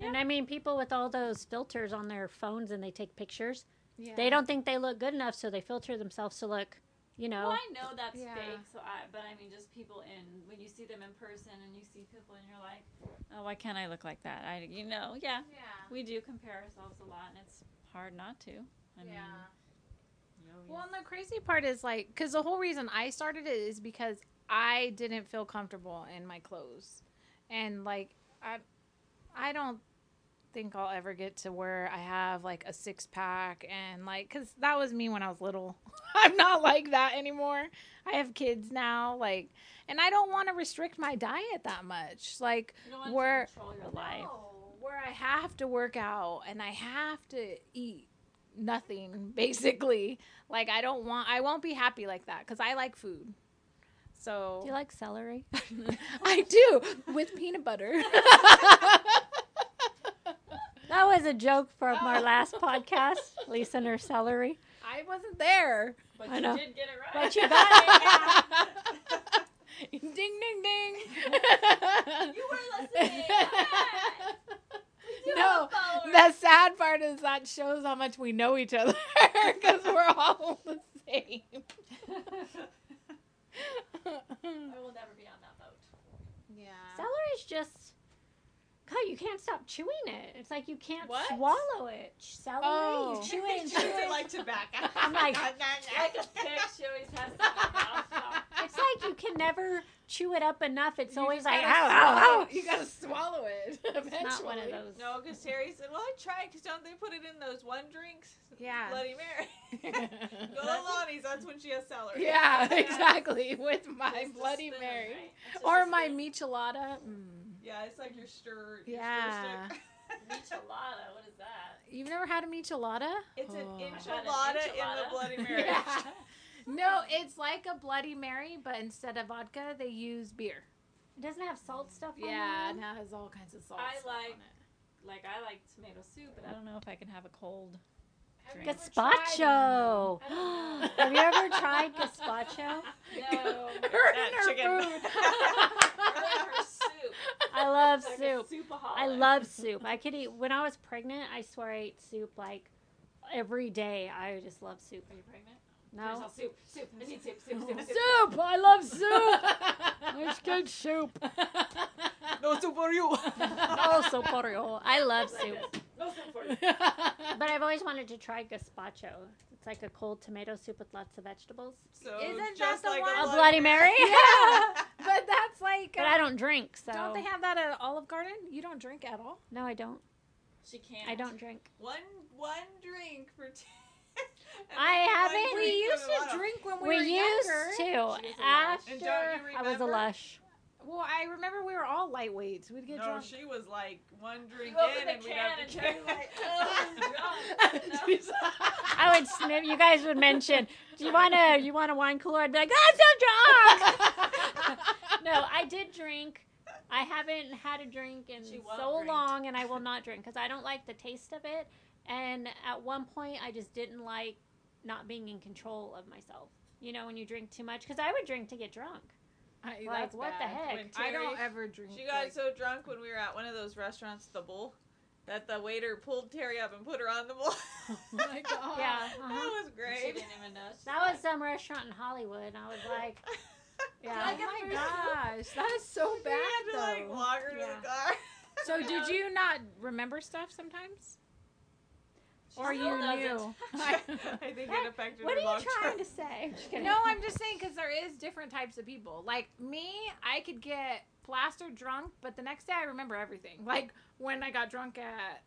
S4: And I mean people with all those filters on their phones and they take pictures.
S2: yeah.
S4: They don't think they look good enough so they filter themselves to look, you know.
S1: Well, I know that's
S2: Yeah.
S1: fake, so I. But I mean, just people in when you see them in person and you see people and you're like, oh, why can't I look like that? I, you know, yeah,
S2: Yeah.
S1: we do compare ourselves a lot, and it's hard not to. I mean, oh,
S2: Well,
S1: yes.
S2: and the crazy part is like, because the whole reason I started it is because I didn't feel comfortable in my clothes, and like I, I don't think I'll ever get to where I have like a six pack and like, because that was me when I was little. <laughs> I'm not like that anymore. I have kids now, like, and I don't want to restrict my diet that much. Like,
S1: you don't want
S2: we're-
S1: to control your life. <laughs>
S2: no, Oh, where I have to work out and I have to eat nothing <laughs> basically. Like I don't want I won't be happy like that cuz I like food. So
S4: Do you like <laughs> celery?
S2: <laughs> I do with peanut
S4: <laughs>
S2: butter.
S4: That was a joke from <laughs> our last podcast, Lisa and her <laughs> celery.
S2: I wasn't there.
S1: But
S4: I
S1: you
S4: know.
S1: did get it right.
S4: But you got it.
S2: <laughs> ding ding ding.
S4: <laughs>
S2: <laughs>
S1: <laughs> you were listening. Yes. You
S2: no.
S1: have a follower.
S2: The sad part is that shows how much we know each other <laughs> because we're all the same.
S1: I will never be on that boat.
S2: <laughs> Yeah.
S4: Celery's just God, you can't stop chewing it. It's like you can't
S2: What?
S4: swallow it. Celery,
S2: Oh.
S3: <laughs>
S4: you chew <laughs> it and chew
S3: Treats it
S4: it.
S2: <laughs>
S3: like tobacco.
S4: I'm like,
S1: Like a stick, she always has something.
S4: it's like you can never chew it up enough. It's
S2: You
S4: always
S2: just
S4: like, ow,
S2: gotta
S4: ow,
S2: swallow-
S4: ow.
S2: You gotta swallow it. Eventually.
S4: Not one of those.
S3: <laughs> No, because Terry said, "Well, I tried because don't they put it in those one drinks,
S2: Yeah. <laughs>
S3: Bloody Mary, go to
S2: yeah,
S3: Lonnie's. That's when she has celery.
S2: <laughs> exactly. With my
S1: It's the
S2: Bloody
S1: spin,
S2: Mary
S1: right? It's just
S2: or
S1: a
S2: my
S1: spin.
S2: michelada. Mm.
S3: yeah, it's like your stir. Your
S2: Yeah. <laughs>
S3: stir stick.
S1: Michelada, what is that?
S2: You've never had a michelada?
S3: It's an
S2: Oh.
S3: enchilada, in the
S1: enchilada.
S2: <laughs>
S3: Bloody Mary. <laughs>
S2: Yeah. No, it's like a Bloody Mary, but instead of vodka, they use beer.
S4: It doesn't have salt stuff
S2: Yeah,
S4: on
S2: and
S4: it.
S2: that has all kinds of salt.
S1: I
S2: stuff on
S1: like-
S2: it.
S1: Like I like tomato soup, but I don't know if I can have a cold drink. <laughs>
S2: Have you ever
S4: Gazpacho.
S2: tried one?
S4: Have you ever tried gazpacho?
S1: No,
S2: Her and
S3: That
S2: her
S3: chicken.
S2: food.
S3: <laughs>
S2: <laughs>
S1: I like her soup.
S4: I love
S1: Like
S4: soup.
S1: A
S4: I love soup. I could eat when I was pregnant. I swear I ate soup like every day. I just love soup.
S1: Are you pregnant? There's
S4: No
S1: all soup, soup. I need soup, soup,
S2: <laughs>
S1: soup, soup.
S4: soup. I love soup. It's good soup. <laughs>
S3: no soup for you.
S4: Oh, so porrio. I love
S1: Like
S4: soup.
S2: <laughs>
S1: this. No soup for you.
S4: But I've always wanted to try gazpacho. It's like a cold tomato soup with lots of vegetables.
S3: So
S2: Isn't
S3: just
S2: that the
S3: like
S2: one-
S4: A
S3: a
S2: Bloody
S4: Bloody Mary? <laughs>
S2: <laughs> yeah, but that's like. uh,
S4: But I don't drink, so.
S2: Don't they have that at Olive Garden? You don't drink at all.
S4: no, I don't.
S1: She can't.
S4: I don't drink.
S3: one one drink for. <laughs> T-
S4: I haven't-
S3: One
S2: We
S3: drink for
S2: used
S3: the
S2: to
S3: bottle.
S2: drink when we,
S4: We,
S2: were
S4: used
S2: younger.
S4: to.
S3: She was a lush.
S4: After
S3: And don't you
S4: I was a
S3: remember?
S4: lush.
S2: Well, I remember we were all lightweights. We'd get
S3: No,
S2: drunk.
S3: she was like one drink
S1: open
S3: in,
S1: the
S3: and we'd have
S1: can and
S3: to carry
S1: she's
S3: like,
S1: like, oh,
S4: <laughs>
S3: <laughs> no.
S4: I would sniff. You guys would mention, "Do you want a you want a wine cooler?" I'd be like, "I'm so drunk." no, I did drink. I haven't had a drink in
S1: She won't
S4: so
S1: drink.
S4: long, and I will not drink because I don't like the taste of it. And at one point, I just didn't like not being in control of myself. You know, when you drink too much, because I would drink to get drunk.
S2: I,
S4: Like, what the heck?
S3: When
S2: I don't
S3: Terry-
S2: ever drink.
S3: She got
S2: like-
S3: so drunk when we were at one of those restaurants, the Bull, that the waiter pulled Terry up and put her on the
S4: <laughs>
S3: Bull. <laughs>
S2: Oh my god.
S4: Yeah, uh-huh.
S3: that was
S1: She
S3: great.
S1: didn't even know. She
S4: that was some restaurant in Hollywood. And I was like,
S3: <laughs>
S2: Oh
S4: "Yeah."
S2: my gosh, that is so
S3: We
S2: bad
S3: had to
S2: though.
S3: like walk her
S4: Yeah.
S3: to the car.
S2: so
S3: <laughs>
S2: did you not remember stuff sometimes, or you
S1: still doesn't.
S2: knew?
S3: I think it affected
S4: What
S3: her
S4: are you
S3: long
S4: trying
S3: term.
S4: to say? Just kidding.
S2: no, I'm just saying because there is different types of people. Like me, I could get plastered drunk, but the next day I remember everything. <laughs> Like when I got drunk at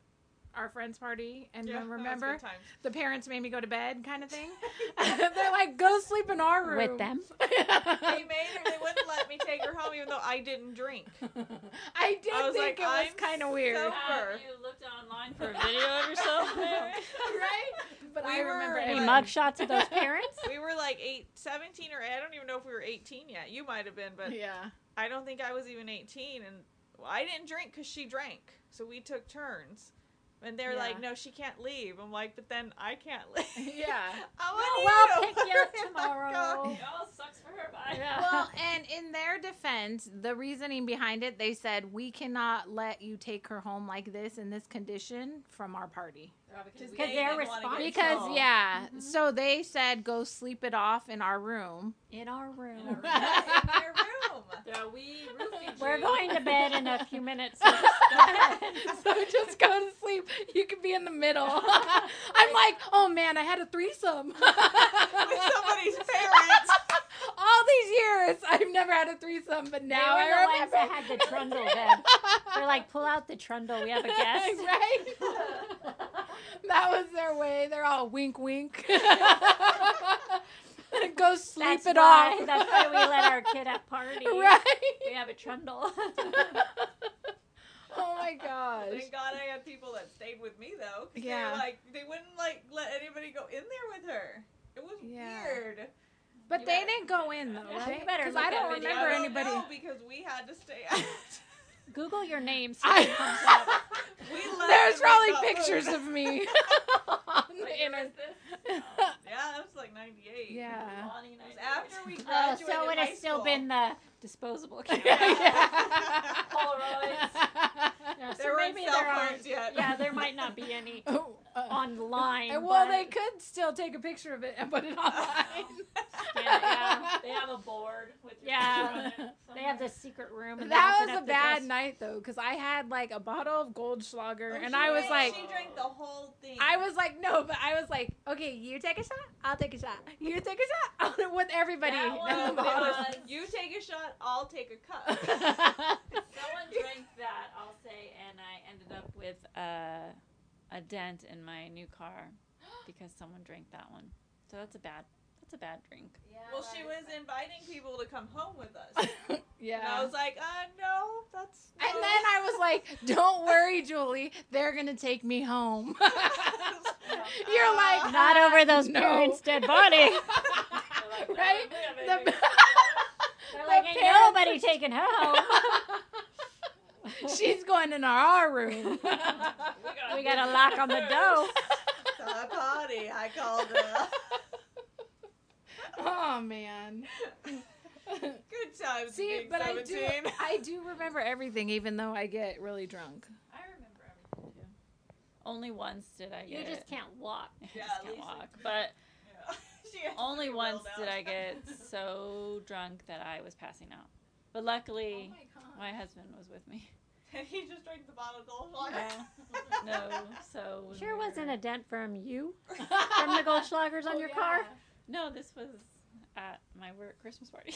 S2: our friend's party, and
S3: Yeah, that
S2: then
S3: was
S2: remember
S3: good times.
S2: the parents made me go to bed, kind of
S3: <laughs>
S2: thing. <laughs> They're like, "Go sleep in our room
S4: with
S2: <laughs>
S4: them.
S3: They made her. They <laughs> wouldn't let me take her home, even though I didn't drink.
S2: I did
S3: I was
S2: think
S3: like,
S2: it was
S3: "I'm
S2: kind of
S3: so
S2: weird,
S3: <laughs> Have
S1: Have you looked online
S3: <laughs>
S1: for a video of yourself?
S2: right? But
S3: We
S2: I remember
S3: were-
S4: Any
S2: everything.
S4: mugshots of those parents?
S3: We were like eight, 17 or I don't even know if we were 18 yet. You might have been, but <laughs>
S2: Yeah.
S3: I don't think I was even 18. And well, I didn't drink because she drank. So we took turns. And they're
S2: Yeah.
S3: like, no, she can't leave. I'm like, but then I can't leave. <laughs>
S2: Yeah.
S3: I
S2: Oh,
S4: well,
S3: want
S4: pick you
S2: <laughs>
S3: <laughs>
S4: up tomorrow.
S1: Y'all sucks for her, but
S4: Yeah.
S2: Well, and in their defense, the reasoning behind it, they said, we cannot let you take her home like this in this condition from our party.
S4: Because they're responsible.
S2: Because,
S4: Oh.
S2: yeah. So they said, go sleep it off in our room.
S4: <laughs> In our
S2: <laughs>
S4: room.
S2: room.
S3: room.
S1: Yeah, we roofied
S4: We're
S1: you.
S4: going to bed in
S2: <laughs>
S4: a few minutes.
S2: <laughs> so just go to sleep. You could be in the <laughs> middle. I'm like, oh man, I had a threesome. <laughs>
S3: With <laughs> somebody's parents.
S2: All these years, I've never had a threesome, but
S4: They
S2: now
S4: were
S2: I
S4: the ones
S2: remember.
S4: that had the trundle bed. They're like, pull out the trundle. We have a
S2: <laughs>
S4: guest.
S2: right? that was their way. They're all
S4: <laughs>
S2: wink, wink. <laughs> Go sleep
S4: That's
S2: it
S4: why,
S2: off.
S4: That's why we let
S2: <laughs>
S4: our kid have parties.
S2: Right?
S4: We have a
S2: <laughs>
S4: trundle.
S2: Oh my
S4: <laughs>
S2: gosh.
S3: Thank God I had people that stayed with me though. 'cause
S2: Yeah.
S3: They were like they wouldn't like let anybody go in there with her. It was
S2: Yeah.
S3: weird.
S2: But
S1: You
S2: they
S1: better-
S2: didn't go in though,
S4: Yeah,
S2: right?
S4: you better
S2: 'Cause
S4: look
S2: I
S4: at
S2: don't
S4: video.
S2: remember
S3: I don't
S2: anybody.
S4: <laughs>
S3: know because we had to stay
S2: <laughs>
S3: out.
S4: Google your name. see what comes up.
S2: I,
S3: we left
S2: there's
S3: and we
S2: probably
S3: got
S2: pictures
S3: food.
S4: <laughs>
S2: of me on
S3: <laughs>
S2: the internet.
S3: Yeah, that was like
S4: <laughs>
S3: '98.
S2: Yeah. <laughs>
S1: Lonnie
S3: It was
S1: and I
S3: after we
S4: Oh,
S3: graduated.
S4: so it would have
S3: high
S4: still
S3: school.
S4: been the
S2: <laughs>
S4: disposable camera.
S2: Yeah. <laughs>
S4: Yeah, so
S3: There were
S4: maybe
S3: cell
S4: there aren't.
S3: phones yet.
S4: Yeah, there might
S3: <laughs>
S4: not be any
S2: <laughs> Oh, uh,
S4: online.
S2: well,
S4: but-
S2: they could still take a picture of it and put it online.
S4: <laughs>
S2: <laughs>
S4: yeah.
S1: They have a board with your
S4: Yeah.
S1: picture on it
S4: They have
S1: somewhere.
S4: this secret room. And
S2: That
S4: they open
S2: was
S4: up
S2: a
S4: the
S2: bad
S4: dress-
S2: night though, because I had like a bottle of Goldschlager,
S3: Oh,
S2: and
S3: she
S2: I was
S3: drank-
S2: like,
S3: she drank the whole thing.
S2: I was like, no, but I was like, okay, you take a shot, I'll take a shot, you take a shot, I'll, <laughs> with
S4: <laughs>
S2: everybody.
S1: That one
S2: And
S3: No,
S2: the
S3: it
S2: bottle-
S3: was, you take a shot, I'll take a cup. <laughs>
S1: Someone drank that, I'll say, and I ended up with a, a dent in my new
S3: <gasps>
S1: car because someone drank that one. So that's a bad. That's a bad drink.
S3: well, she was inviting people to come home
S2: <laughs>
S3: with us. <laughs> And I
S2: yeah.
S3: was like, uh, no, that's. No.
S2: And then
S3: <laughs>
S2: I was like, don't worry, Julie, they're gonna take me home. <laughs>
S3: <laughs> Uh,
S2: You're like,
S4: Not over those
S2: No.
S4: parents' dead body. <laughs>
S1: They're like, "No,
S2: Right?
S1: we have
S2: The-
S1: anything to
S4: They're
S2: The
S4: like, ain't
S2: parents
S4: nobody taking home. <laughs>
S2: <laughs> She's going in our
S3: <laughs>
S2: room.
S4: <laughs> We
S1: <laughs>
S4: got a lock on the door.
S3: the party, I called
S2: <laughs>
S3: her.
S2: oh man.
S3: Good times.
S2: See,
S3: being
S2: but I
S3: 17.
S2: do <laughs> I do remember everything even though I get really drunk.
S1: I remember everything too. Only once did I
S4: You
S1: get. <laughs>
S4: just can't walk.
S1: I
S3: Yeah,
S1: just
S3: at
S1: can't
S3: least
S1: walk.
S3: it's- <laughs>
S1: But
S3: Yeah. She had
S1: only
S3: pretty well
S1: once did
S3: down. Oh
S1: I
S3: <laughs>
S1: get so drunk that I was passing out. But luckily,
S2: my
S3: Oh <laughs>
S1: my husband was with me.
S3: and <laughs> he just drank the bottle of Goldschlager. <laughs>
S1: No. no. So
S4: Sure wasn't a dent from <laughs> you
S3: From
S4: from the Goldschlagers on
S3: Oh,
S4: your
S3: yeah.
S4: car.
S1: No, this was at my work Christmas party.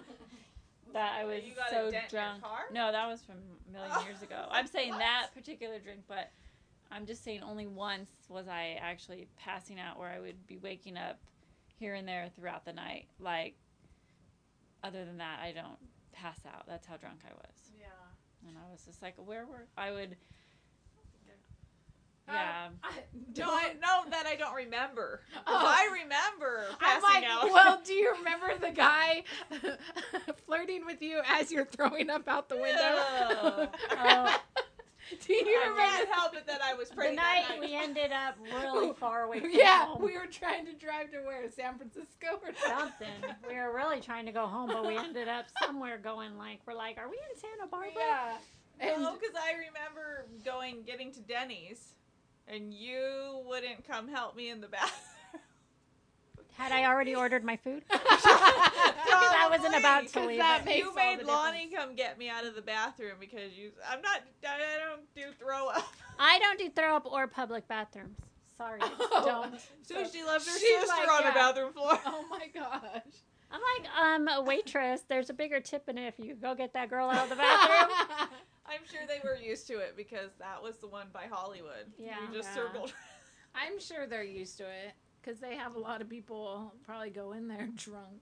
S1: <laughs> that I was
S3: You got a
S1: so
S3: dent in your
S1: drunk.
S3: car?
S1: No, that was from a million
S3: Oh,
S1: years <laughs> ago. I'm saying
S3: what?
S1: that particular drink, but I'm just saying only once was I actually passing out where I would be waking up here and there throughout the night. Like other than that, I don't pass out. That's how drunk I was.
S3: Yeah.
S1: And I was just like, where were I would <laughs>
S3: Oh.
S1: yeah.
S3: No, I, no, that I don't remember. 'Cause
S2: Oh.
S3: I remember
S2: I'm
S3: passing
S2: like,
S3: out. <laughs>
S2: well, do you remember the guy <laughs> flirting with you as you're throwing up out
S1: <laughs>
S2: the window?
S3: Ugh.
S4: Oh.
S2: <laughs> do <laughs> you
S3: I
S2: remember?
S3: can't help it that I was
S4: The
S3: pretty
S4: night
S3: that night.
S4: we ended <laughs> up really far away from
S2: Yeah,
S4: home.
S2: we were trying to drive to where San Francisco or
S4: something. We were really trying to go home, but we ended up somewhere going like we're like, are we in Santa Barbara?
S2: Yeah, and
S3: No, because I remember going getting to Denny's, and you wouldn't come help me in
S2: <laughs>
S3: the bathroom.
S4: Had I already ordered my food?
S2: I
S4: I wasn't about to
S2: Because
S4: leave.
S2: that
S4: it.
S2: makes all
S3: you made
S2: the
S3: Lonnie come get me out of the bathroom because you. I'm not. I I don't do throw up.
S4: I don't do throw up or public bathrooms. Sorry, <laughs> I just
S2: Oh.
S4: don't.
S3: <laughs> So she left her
S2: She's
S3: sister
S2: like,
S3: on
S2: yeah.
S3: the bathroom floor.
S2: oh my gosh.
S3: <laughs>
S4: I'm like, um, a waitress. There's a bigger tip in it if you go get that girl out of the
S3: <laughs>
S4: bathroom.
S2: <laughs>
S3: I'm sure they were used to it because that was the one by Hollywood.
S4: Yeah.
S3: You just
S2: Yeah. <laughs>
S3: circled.
S2: I'm sure they're used to it because they have a lot of people probably go in there drunk.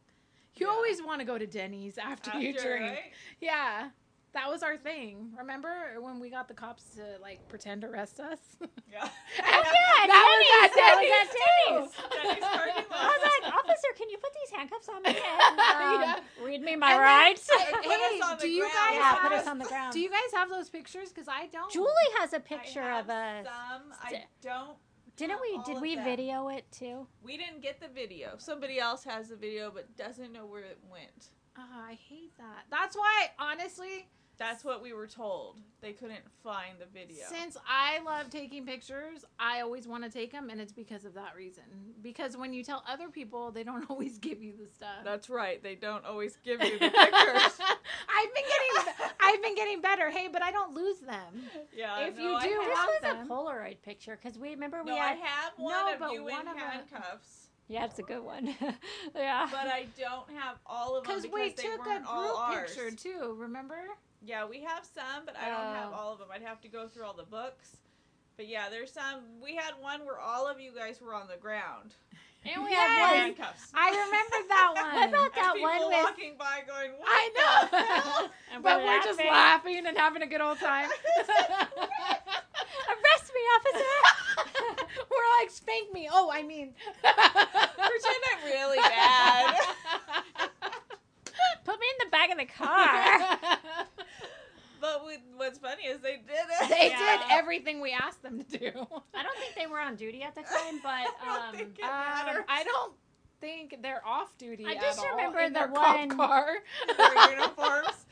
S2: You
S3: Yeah.
S2: always want to go to Denny's after, you
S3: after,
S2: drink.
S3: right?
S2: Yeah, that was our thing. Remember when we got the cops to like pretend arrest us? <laughs>
S3: Yeah. <laughs>
S2: that
S4: Oh, Denny's. That was
S2: too.
S3: Denny's
S2: <laughs>
S3: parking lot.
S4: I was like, officer, can you put these handcuffs on me
S3: <laughs>
S4: and um, read me my
S2: And then-
S4: rights? <laughs>
S3: Put
S2: Hey,
S3: us on the
S2: do you
S3: ground.
S2: guys
S4: yeah, put
S2: have-
S4: us on the ground.
S2: Do you guys have those pictures? Because I don't.
S4: Julie has a
S3: I
S4: picture
S3: have
S4: of us.
S3: Some. I
S4: St-
S3: don't.
S4: Didn't we?
S3: all
S4: Did
S3: of
S4: we
S3: them.
S4: video it too?
S3: We didn't get the video. Somebody else has the video, but doesn't know where it went.
S2: Oh, I hate that. That's why, honestly,
S3: That's what we were told. They couldn't find the video.
S2: since I love taking pictures, I always want to take them, and it's because of that reason. Because when you tell other people, they don't <laughs> always give you the stuff.
S3: That's right. They don't always give you
S2: <laughs>
S3: the pictures.
S2: I've been getting I've been getting better. Hey, but I don't lose them.
S3: yeah.
S2: If
S3: Uh, no,
S2: you
S3: I
S2: do,
S3: have-
S4: This
S2: have
S4: was
S2: them.
S4: a Polaroid picture because we remember we
S3: no, I
S4: had.
S3: have one
S2: No,
S3: of
S2: but
S3: you
S2: one
S3: in
S2: of a-
S3: handcuffs,
S4: <laughs> Yeah, it's a good one. <laughs> yeah.
S3: but I don't have all of them
S2: Because
S3: because
S2: we
S3: they
S2: took a
S3: weren't all
S2: group
S3: ours.
S2: picture too, remember?
S3: Yeah, we have some, but I don't have
S2: Oh.
S3: all of them. I'd have to go through all the books. But yeah, there's some. We had one where all of you guys were on the ground.
S2: And we
S3: in
S4: Yes.
S2: had one.
S3: handcuffs.
S2: I
S4: <laughs>
S2: remembered that one.
S4: what about
S3: And
S4: that
S3: people
S4: one with?
S3: walking by going, what
S2: I
S3: the
S2: know. <laughs>
S3: hell?"
S4: and
S2: but we're just
S4: laughing.
S2: laughing and having a good old time.
S4: <laughs> Arrest me, officer!
S2: <laughs> we're like, spank me. Oh, I mean, <laughs>
S3: Pretend I'm really bad. <laughs>
S4: Put me in the back of the
S3: <laughs>
S4: car. <laughs>
S3: but we, what's funny is they did it.
S2: they did
S4: Yeah.
S2: everything we asked them to do.
S4: I don't think they were on duty at the time, but
S3: <laughs> I don't
S4: um,
S3: think it
S2: Um,
S3: matters.
S2: I don't think they're off duty.
S4: I just
S2: at all
S4: remember
S2: in
S4: the
S2: their cop
S4: one- <laughs>
S2: car.
S3: their uniforms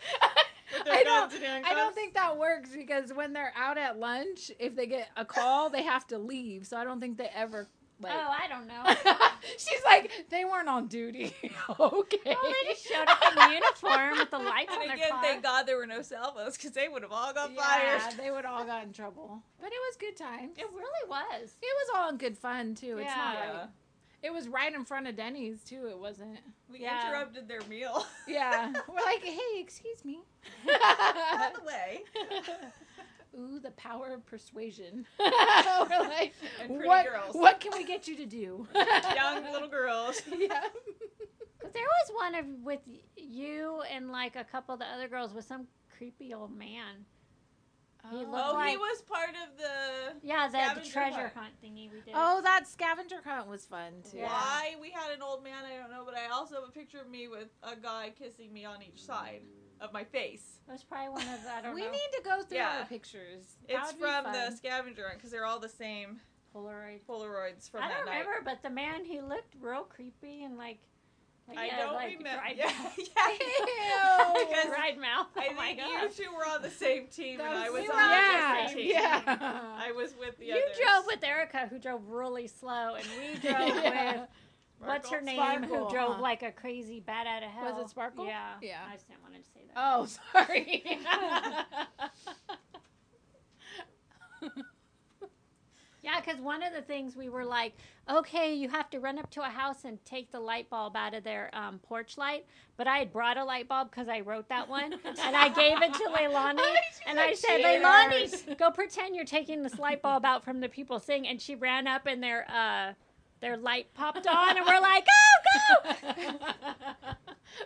S3: with their
S2: I
S3: guns
S2: don't-
S3: and handcuffs.
S2: <laughs> I don't think that works because when they're out at lunch, if they get a call, they have to leave. So I don't think they ever like.
S4: oh, I don't
S3: <laughs>
S4: know. Well,
S2: <laughs> She's like, they weren't on duty. <laughs> okay.
S4: they just showed up
S2: <laughs>
S4: in uniform with the lights on
S3: <laughs> And
S4: their
S3: again,
S4: car.
S3: thank God there were no cell phones because they would have all got
S2: yeah,
S3: fired.
S2: they would all got in trouble. But it was good times.
S4: It really was.
S3: <laughs>
S2: It was all in good fun too. It's not
S4: Yeah.
S2: like it was right in front of Denny's too. It wasn't.
S3: We
S4: Yeah.
S3: interrupted their meal. <laughs>
S2: Yeah, <laughs> we're like, hey, excuse <laughs> me.
S3: By the way,
S2: <laughs> Ooh, the power of <laughs> persuasion. we're like,
S3: And pretty
S2: what,
S3: girls.
S2: what can we get you to <laughs> do?
S3: young little girls.
S2: <laughs> yeah.
S4: But there was one of with you and like a couple of the other girls with some creepy old man. He looked
S3: Oh, he
S4: like-
S3: was part of the
S4: Yeah, the, the
S3: Scavenger
S4: treasure
S3: hunt.
S4: hunt thingy we did.
S2: Oh, that scavenger hunt was fun too.
S4: Yeah.
S3: why we had an old man. I don't know, but I also have a picture of me with a guy kissing me on each side of my face.
S4: it was probably one of the, I don't
S2: We
S4: know
S2: need to go through
S3: Yeah.
S2: our pictures. That
S3: It's
S2: would be
S3: from the
S2: fun.
S3: scavenger hunt because they're all the same
S4: Polaroid.
S3: Polaroids from
S4: I
S3: that
S4: don't
S3: night.
S4: remember, but the man he looked real creepy and like, like
S3: I
S4: he had,
S3: don't
S4: like,
S3: remember.
S4: Dried
S3: <laughs> Yeah,
S4: mouth. <laughs>
S2: Ew.
S3: Because
S4: dried mouth.
S3: I
S4: Oh my
S3: think
S4: god.
S3: you two were on the same team, and I
S2: That
S3: was
S2: was-
S3: on
S2: yeah,
S3: a different team.
S2: Yeah.
S3: <laughs>
S2: <laughs>
S3: I was with the
S4: you
S3: others.
S2: <laughs>
S4: drove with Erica, who drove really slow, and we drove
S2: Yeah.
S4: with What's her name
S2: Sparkle,
S4: who drove
S2: huh?
S4: like a crazy bat out of hell?
S2: it Sparkle?
S4: Yeah.
S2: Yeah.
S4: I just didn't want to say that.
S2: Oh, <laughs> sorry.
S4: <laughs> Yeah, because one of the things we were like, okay, you have to run up to a house and take the light bulb out of their um, porch light. But I had brought a light bulb because I wrote
S1: <laughs>
S4: that one, and I gave
S2: <laughs>
S4: it to Leilani, and I said, Leilani, go pretend you're taking this light bulb out from the people's thing. And she ran up, and their uh, their light popped on, and we're like, oh, go!
S2: <laughs>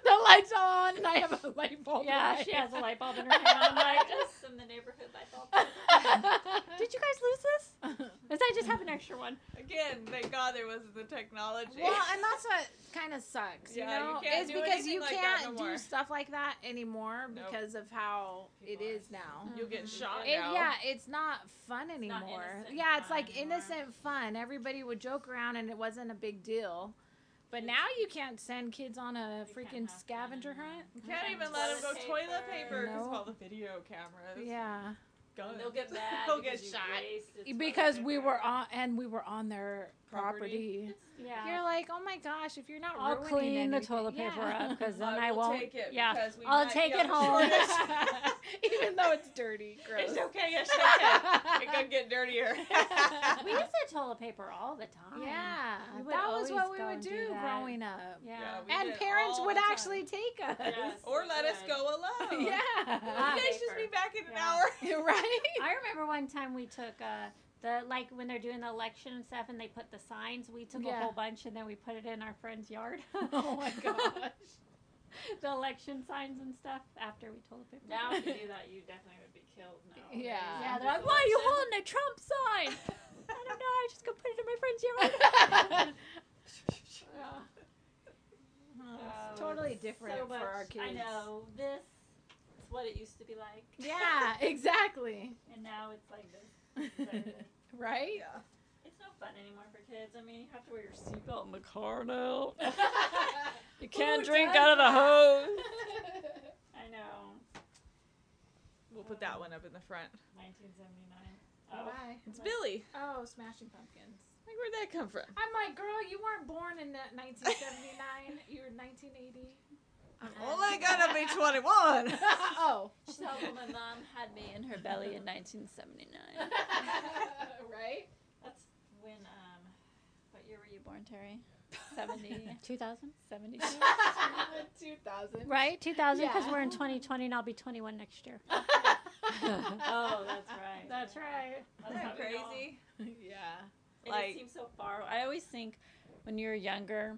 S2: the lights on, and I have a light
S4: <laughs>
S2: bulb.
S4: Yeah, she has a light bulb in her hand. I'm like,
S1: Just in the neighborhood light bulb.
S4: <laughs> did you guys lose this? Because I just have an extra one.
S3: Again, thank God there wasn't the technology.
S2: <laughs> Well,
S3: <laughs>
S2: and that's what kind of sucks, you
S3: Yeah, you
S2: know,
S3: can't
S2: is
S3: do
S2: because
S3: anything
S2: you
S3: like that
S2: can't
S3: no more.
S2: do stuff like that anymore
S3: Nope.
S2: because of how
S1: People
S2: it
S1: are-
S2: is now.
S3: You'll get shot
S2: It,
S3: now.
S2: yeah, it's not fun anymore.
S1: not innocent
S2: yeah, it's
S1: fun
S2: like
S1: anymore.
S2: innocent fun. Everybody would joke around, and it wasn't a big deal. But now you can't send kids on a
S1: You can't
S2: freaking
S1: have fun
S2: scavenger
S1: anymore.
S2: hunt.
S3: You can't even let them go toilet paper because
S2: No.
S3: all the video cameras.
S2: Yeah,
S3: Guns.
S1: <laughs> They'll
S3: <laughs>
S1: get mad.
S3: They'll get
S1: because you
S3: shot.
S1: <laughs> wasted toilet
S2: because we
S1: paper.
S2: were on, and we were on their property.
S3: Property.
S4: Yeah.
S2: You're like, oh my gosh, if you're not
S4: I'll
S2: ruining
S4: clean the
S2: anything-
S4: toilet paper
S2: yeah.
S4: up because <laughs> then
S3: I
S4: I
S3: will
S4: won't.
S3: take it
S4: yeah,
S3: because we
S4: I'll
S3: might
S4: take
S3: get <laughs>
S4: it home.
S2: Even though it's dirty, gross.
S3: it's okay. It's okay. It could get dirtier. <laughs>
S4: we used to toilet paper all the time.
S2: <laughs> Yeah,
S4: We would
S2: that was
S4: always
S2: what we
S4: go
S2: would
S4: and
S2: do,
S4: do that.
S2: growing up.
S4: Yeah.
S3: we
S2: and
S3: did
S2: parents
S3: all
S2: would
S3: the time.
S2: actually take us.
S1: Yes.
S3: or let us go alone. You
S2: <laughs>
S4: <laughs>
S2: Yeah.
S3: guys should be back in an
S4: Yeah.
S3: hour.
S2: right?
S4: <laughs> I remember one time we took uh, the like when they're doing the election and stuff, and they put the signs. We took
S2: Yeah.
S4: a whole bunch, and then we put it in our friend's yard. <laughs>
S2: Oh <laughs> my gosh.
S4: the election signs and stuff after we toilet paper.
S1: Now,
S4: <laughs>
S1: if you do that, you definitely would be killed. Nowadays.
S2: Yeah.
S4: Yeah, they're like, why are you holding a Trump sign? <laughs> I don't know. I just go put it in my friend's yard. <laughs>
S1: Oh,
S2: totally
S1: it's
S2: different
S1: so
S2: for our
S1: much- <laughs> I
S2: kids.
S1: know this. It's what it used to be like,
S2: <laughs> yeah, exactly.
S1: and now it's like
S3: <laughs>
S1: this. It's everything.
S2: right?
S1: It's no fun anymore for kids. I mean, you have to wear your seatbelt in the car
S3: <laughs>
S1: now. you can't drink out of the
S2: Oh.
S1: hose. I know.
S3: <laughs> We'll put that one up in the front.
S1: 1979. Oh.
S2: Why?
S3: It's Billy.
S2: Oh, Smashing Pumpkins.
S3: Like, where'd that come from?
S2: I'm like, girl, you weren't born in that <laughs> 1979. you were 1980.
S3: I'm only gonna be 21.
S2: oh.
S1: She's how old my mom had me in her belly in 1979.
S2: <laughs> right?
S1: That's <laughs> when, um, what year were you born, Terry? <laughs> 70,
S4: 2000.
S1: 72?
S2: <laughs> 2000.
S4: Right, 2000, because
S2: Yeah.
S4: we're in 2020 and I'll be 21 next year.
S1: <laughs> Oh, that's right.
S2: That's right.
S1: That's
S3: Isn't
S1: how
S3: that
S1: we know.
S3: crazy?
S2: Yeah.
S1: And
S3: Like-
S1: it seems so far. I always think when you're younger,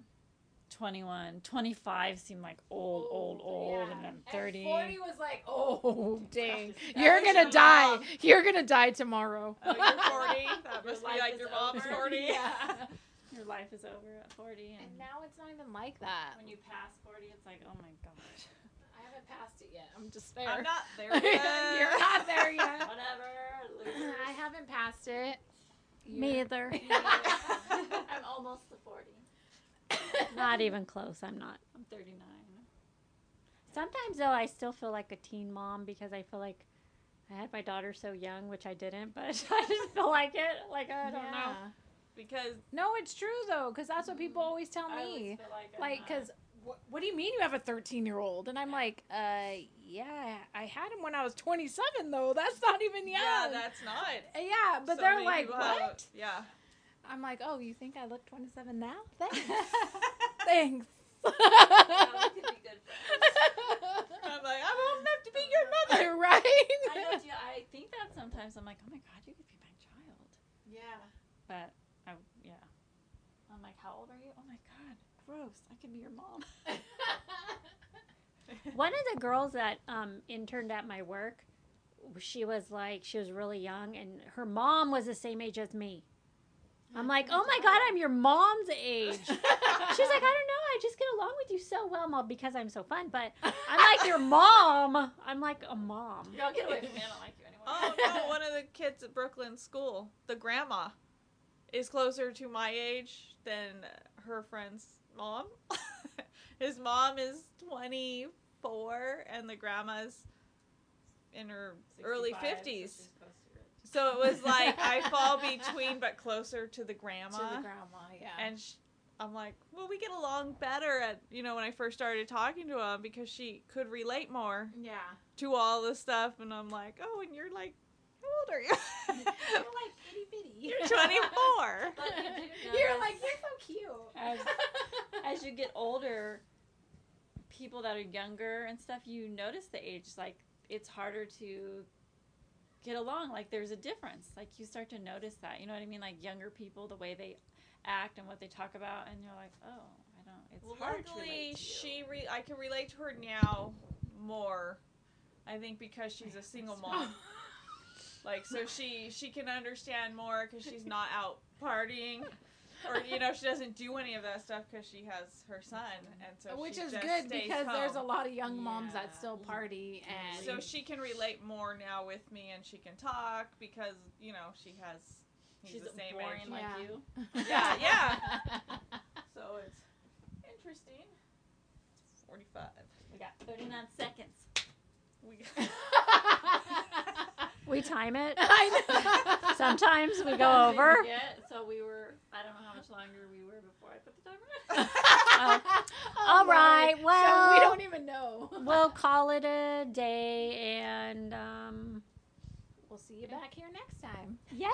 S1: 21, 25 seem like old, old, old, and then 30.
S2: 40 was like, oh, dang.
S1: That
S2: You're
S1: was
S2: going to
S1: your
S2: die.
S1: mom.
S2: You're going to die tomorrow. <laughs>
S3: Oh, you're 40. That
S1: Your
S3: must
S1: life
S3: be like
S1: is
S3: your mom's
S1: over.
S3: 40.
S2: Yeah.
S1: Your life is over at 40. And,
S2: And now it's not even like that.
S1: when you pass 40, it's like, oh my gosh.
S2: I haven't passed it yet. I'm just there.
S3: I'm not there yet.
S2: You're not there yet.
S1: Whatever. Losers.
S2: <laughs> I haven't passed it.
S4: Me either.
S1: I'm almost to 40.
S2: <laughs>
S4: not even close. I'm not.
S1: I'm 39.
S4: Sometimes though, I still feel like a teen mom because I feel like I had my daughter so young, which I didn't, but <laughs> I just feel like it. Like I don't know.
S2: <laughs>
S3: Because
S2: No, it's true though, because that's what people always tell
S1: I always
S2: me.
S1: feel like, I'm
S2: Like,
S1: not.
S2: because wh- what do you mean you have a 13 year old? And I'm like, uh, yeah, I had him when I was 27 though. <laughs> That's not even young. Uh,
S3: yeah, that's not.
S2: yeah, but
S3: So
S2: they're
S3: many
S2: like,
S3: people have-
S2: what? <laughs>
S3: Yeah. <laughs>
S2: I'm like, oh, you think I look 27 now? Thanks.
S3: I'm <laughs>
S2: Thanks. <laughs>
S1: Yeah, we could be good friends.
S3: like, I'm old enough to be your mother.
S2: right?
S1: I
S2: <laughs>
S1: know. Do you, I think that sometimes I'm like, oh my god, you could be my child.
S2: Yeah.
S1: But I, yeah, I'm like, how old are you? Oh my god, gross. I could be your mom.
S2: <laughs>
S4: One of the girls that um, interned at my work, she was like, she was really young, and her mom was the same age as me. I'm like, oh my god, I'm your mom's <laughs> age. She's like, I don't know, I just get along with you so well, mom, because I'm so fun. But I'm like your mom. I'm like a mom.
S1: <laughs> Y'all get away from me. I don't like you anymore.
S3: Oh
S1: <laughs>
S3: no, one of the kids at Brooklyn School, the grandma, is closer to my age than her friend's mom. <laughs> His mom is 24 and the grandma's in her early 50s. So
S2: <laughs>
S3: it was like I fall between but closer to the grandma.
S2: To the grandma, yeah.
S3: and sh I'm like, well, we get along better at you know when I first started talking to him because she could relate more
S2: Yeah.
S3: to all this stuff, and I'm like, oh, and you're like, how old are you?
S2: You're like itty bitty.
S3: <laughs> you're 24.
S1: But you do
S2: <laughs> You're
S1: notice-
S2: like you're so <laughs>
S1: As-
S2: cute.
S1: as you get older, people that are younger and stuff, you notice the age. Like it's harder to get along. Like there's a difference. Like you start to notice that. You know what I mean? Like younger people, the way they act and what they talk about, and you're like, oh, I don't. It's
S3: Well,
S1: hard to
S3: luckily
S1: relate to you.
S3: she re- I can relate to her now more. I think because she's a single
S1: <laughs>
S3: mom. Like so she she can understand more cuz she's not out partying or you know she doesn't do any of that stuff cuz she has her son and
S2: <laughs>
S3: so
S2: Which
S3: she
S2: is
S3: just
S2: good
S3: stays
S2: because there's a
S3: home.
S2: lot of young moms
S1: Yeah.
S2: that still party and <laughs>
S3: so she can relate more now with me and she can talk because you know she has he's
S1: She's
S3: the same
S1: boring
S3: age.
S1: like
S2: Yeah.
S1: you.
S3: Yeah, yeah. So it's interesting. 45.
S1: We got 39
S2: <laughs>
S1: seconds. <laughs>
S3: We
S4: We time it.
S2: <laughs> <laughs> I know.
S4: Sometimes <laughs> we go over.
S1: We get- so we were. <laughs> I don't know how much longer we were before I put the timer on.
S4: All right.
S2: so we
S4: Well,
S2: don't even know.
S4: we'll call it a day and um,
S2: We'll see you back here next time.
S4: yeah.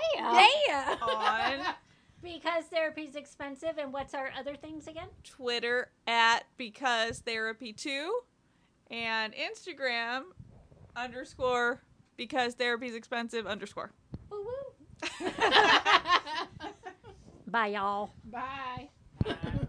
S3: yeah. On
S4: Because therapy's expensive. And what's our other things again?
S3: Twitter at because therapy two, and Instagram underscore because therapy's expensive underscore.
S4: Woo woo. Bye, y'all.
S2: Bye.
S1: Bye.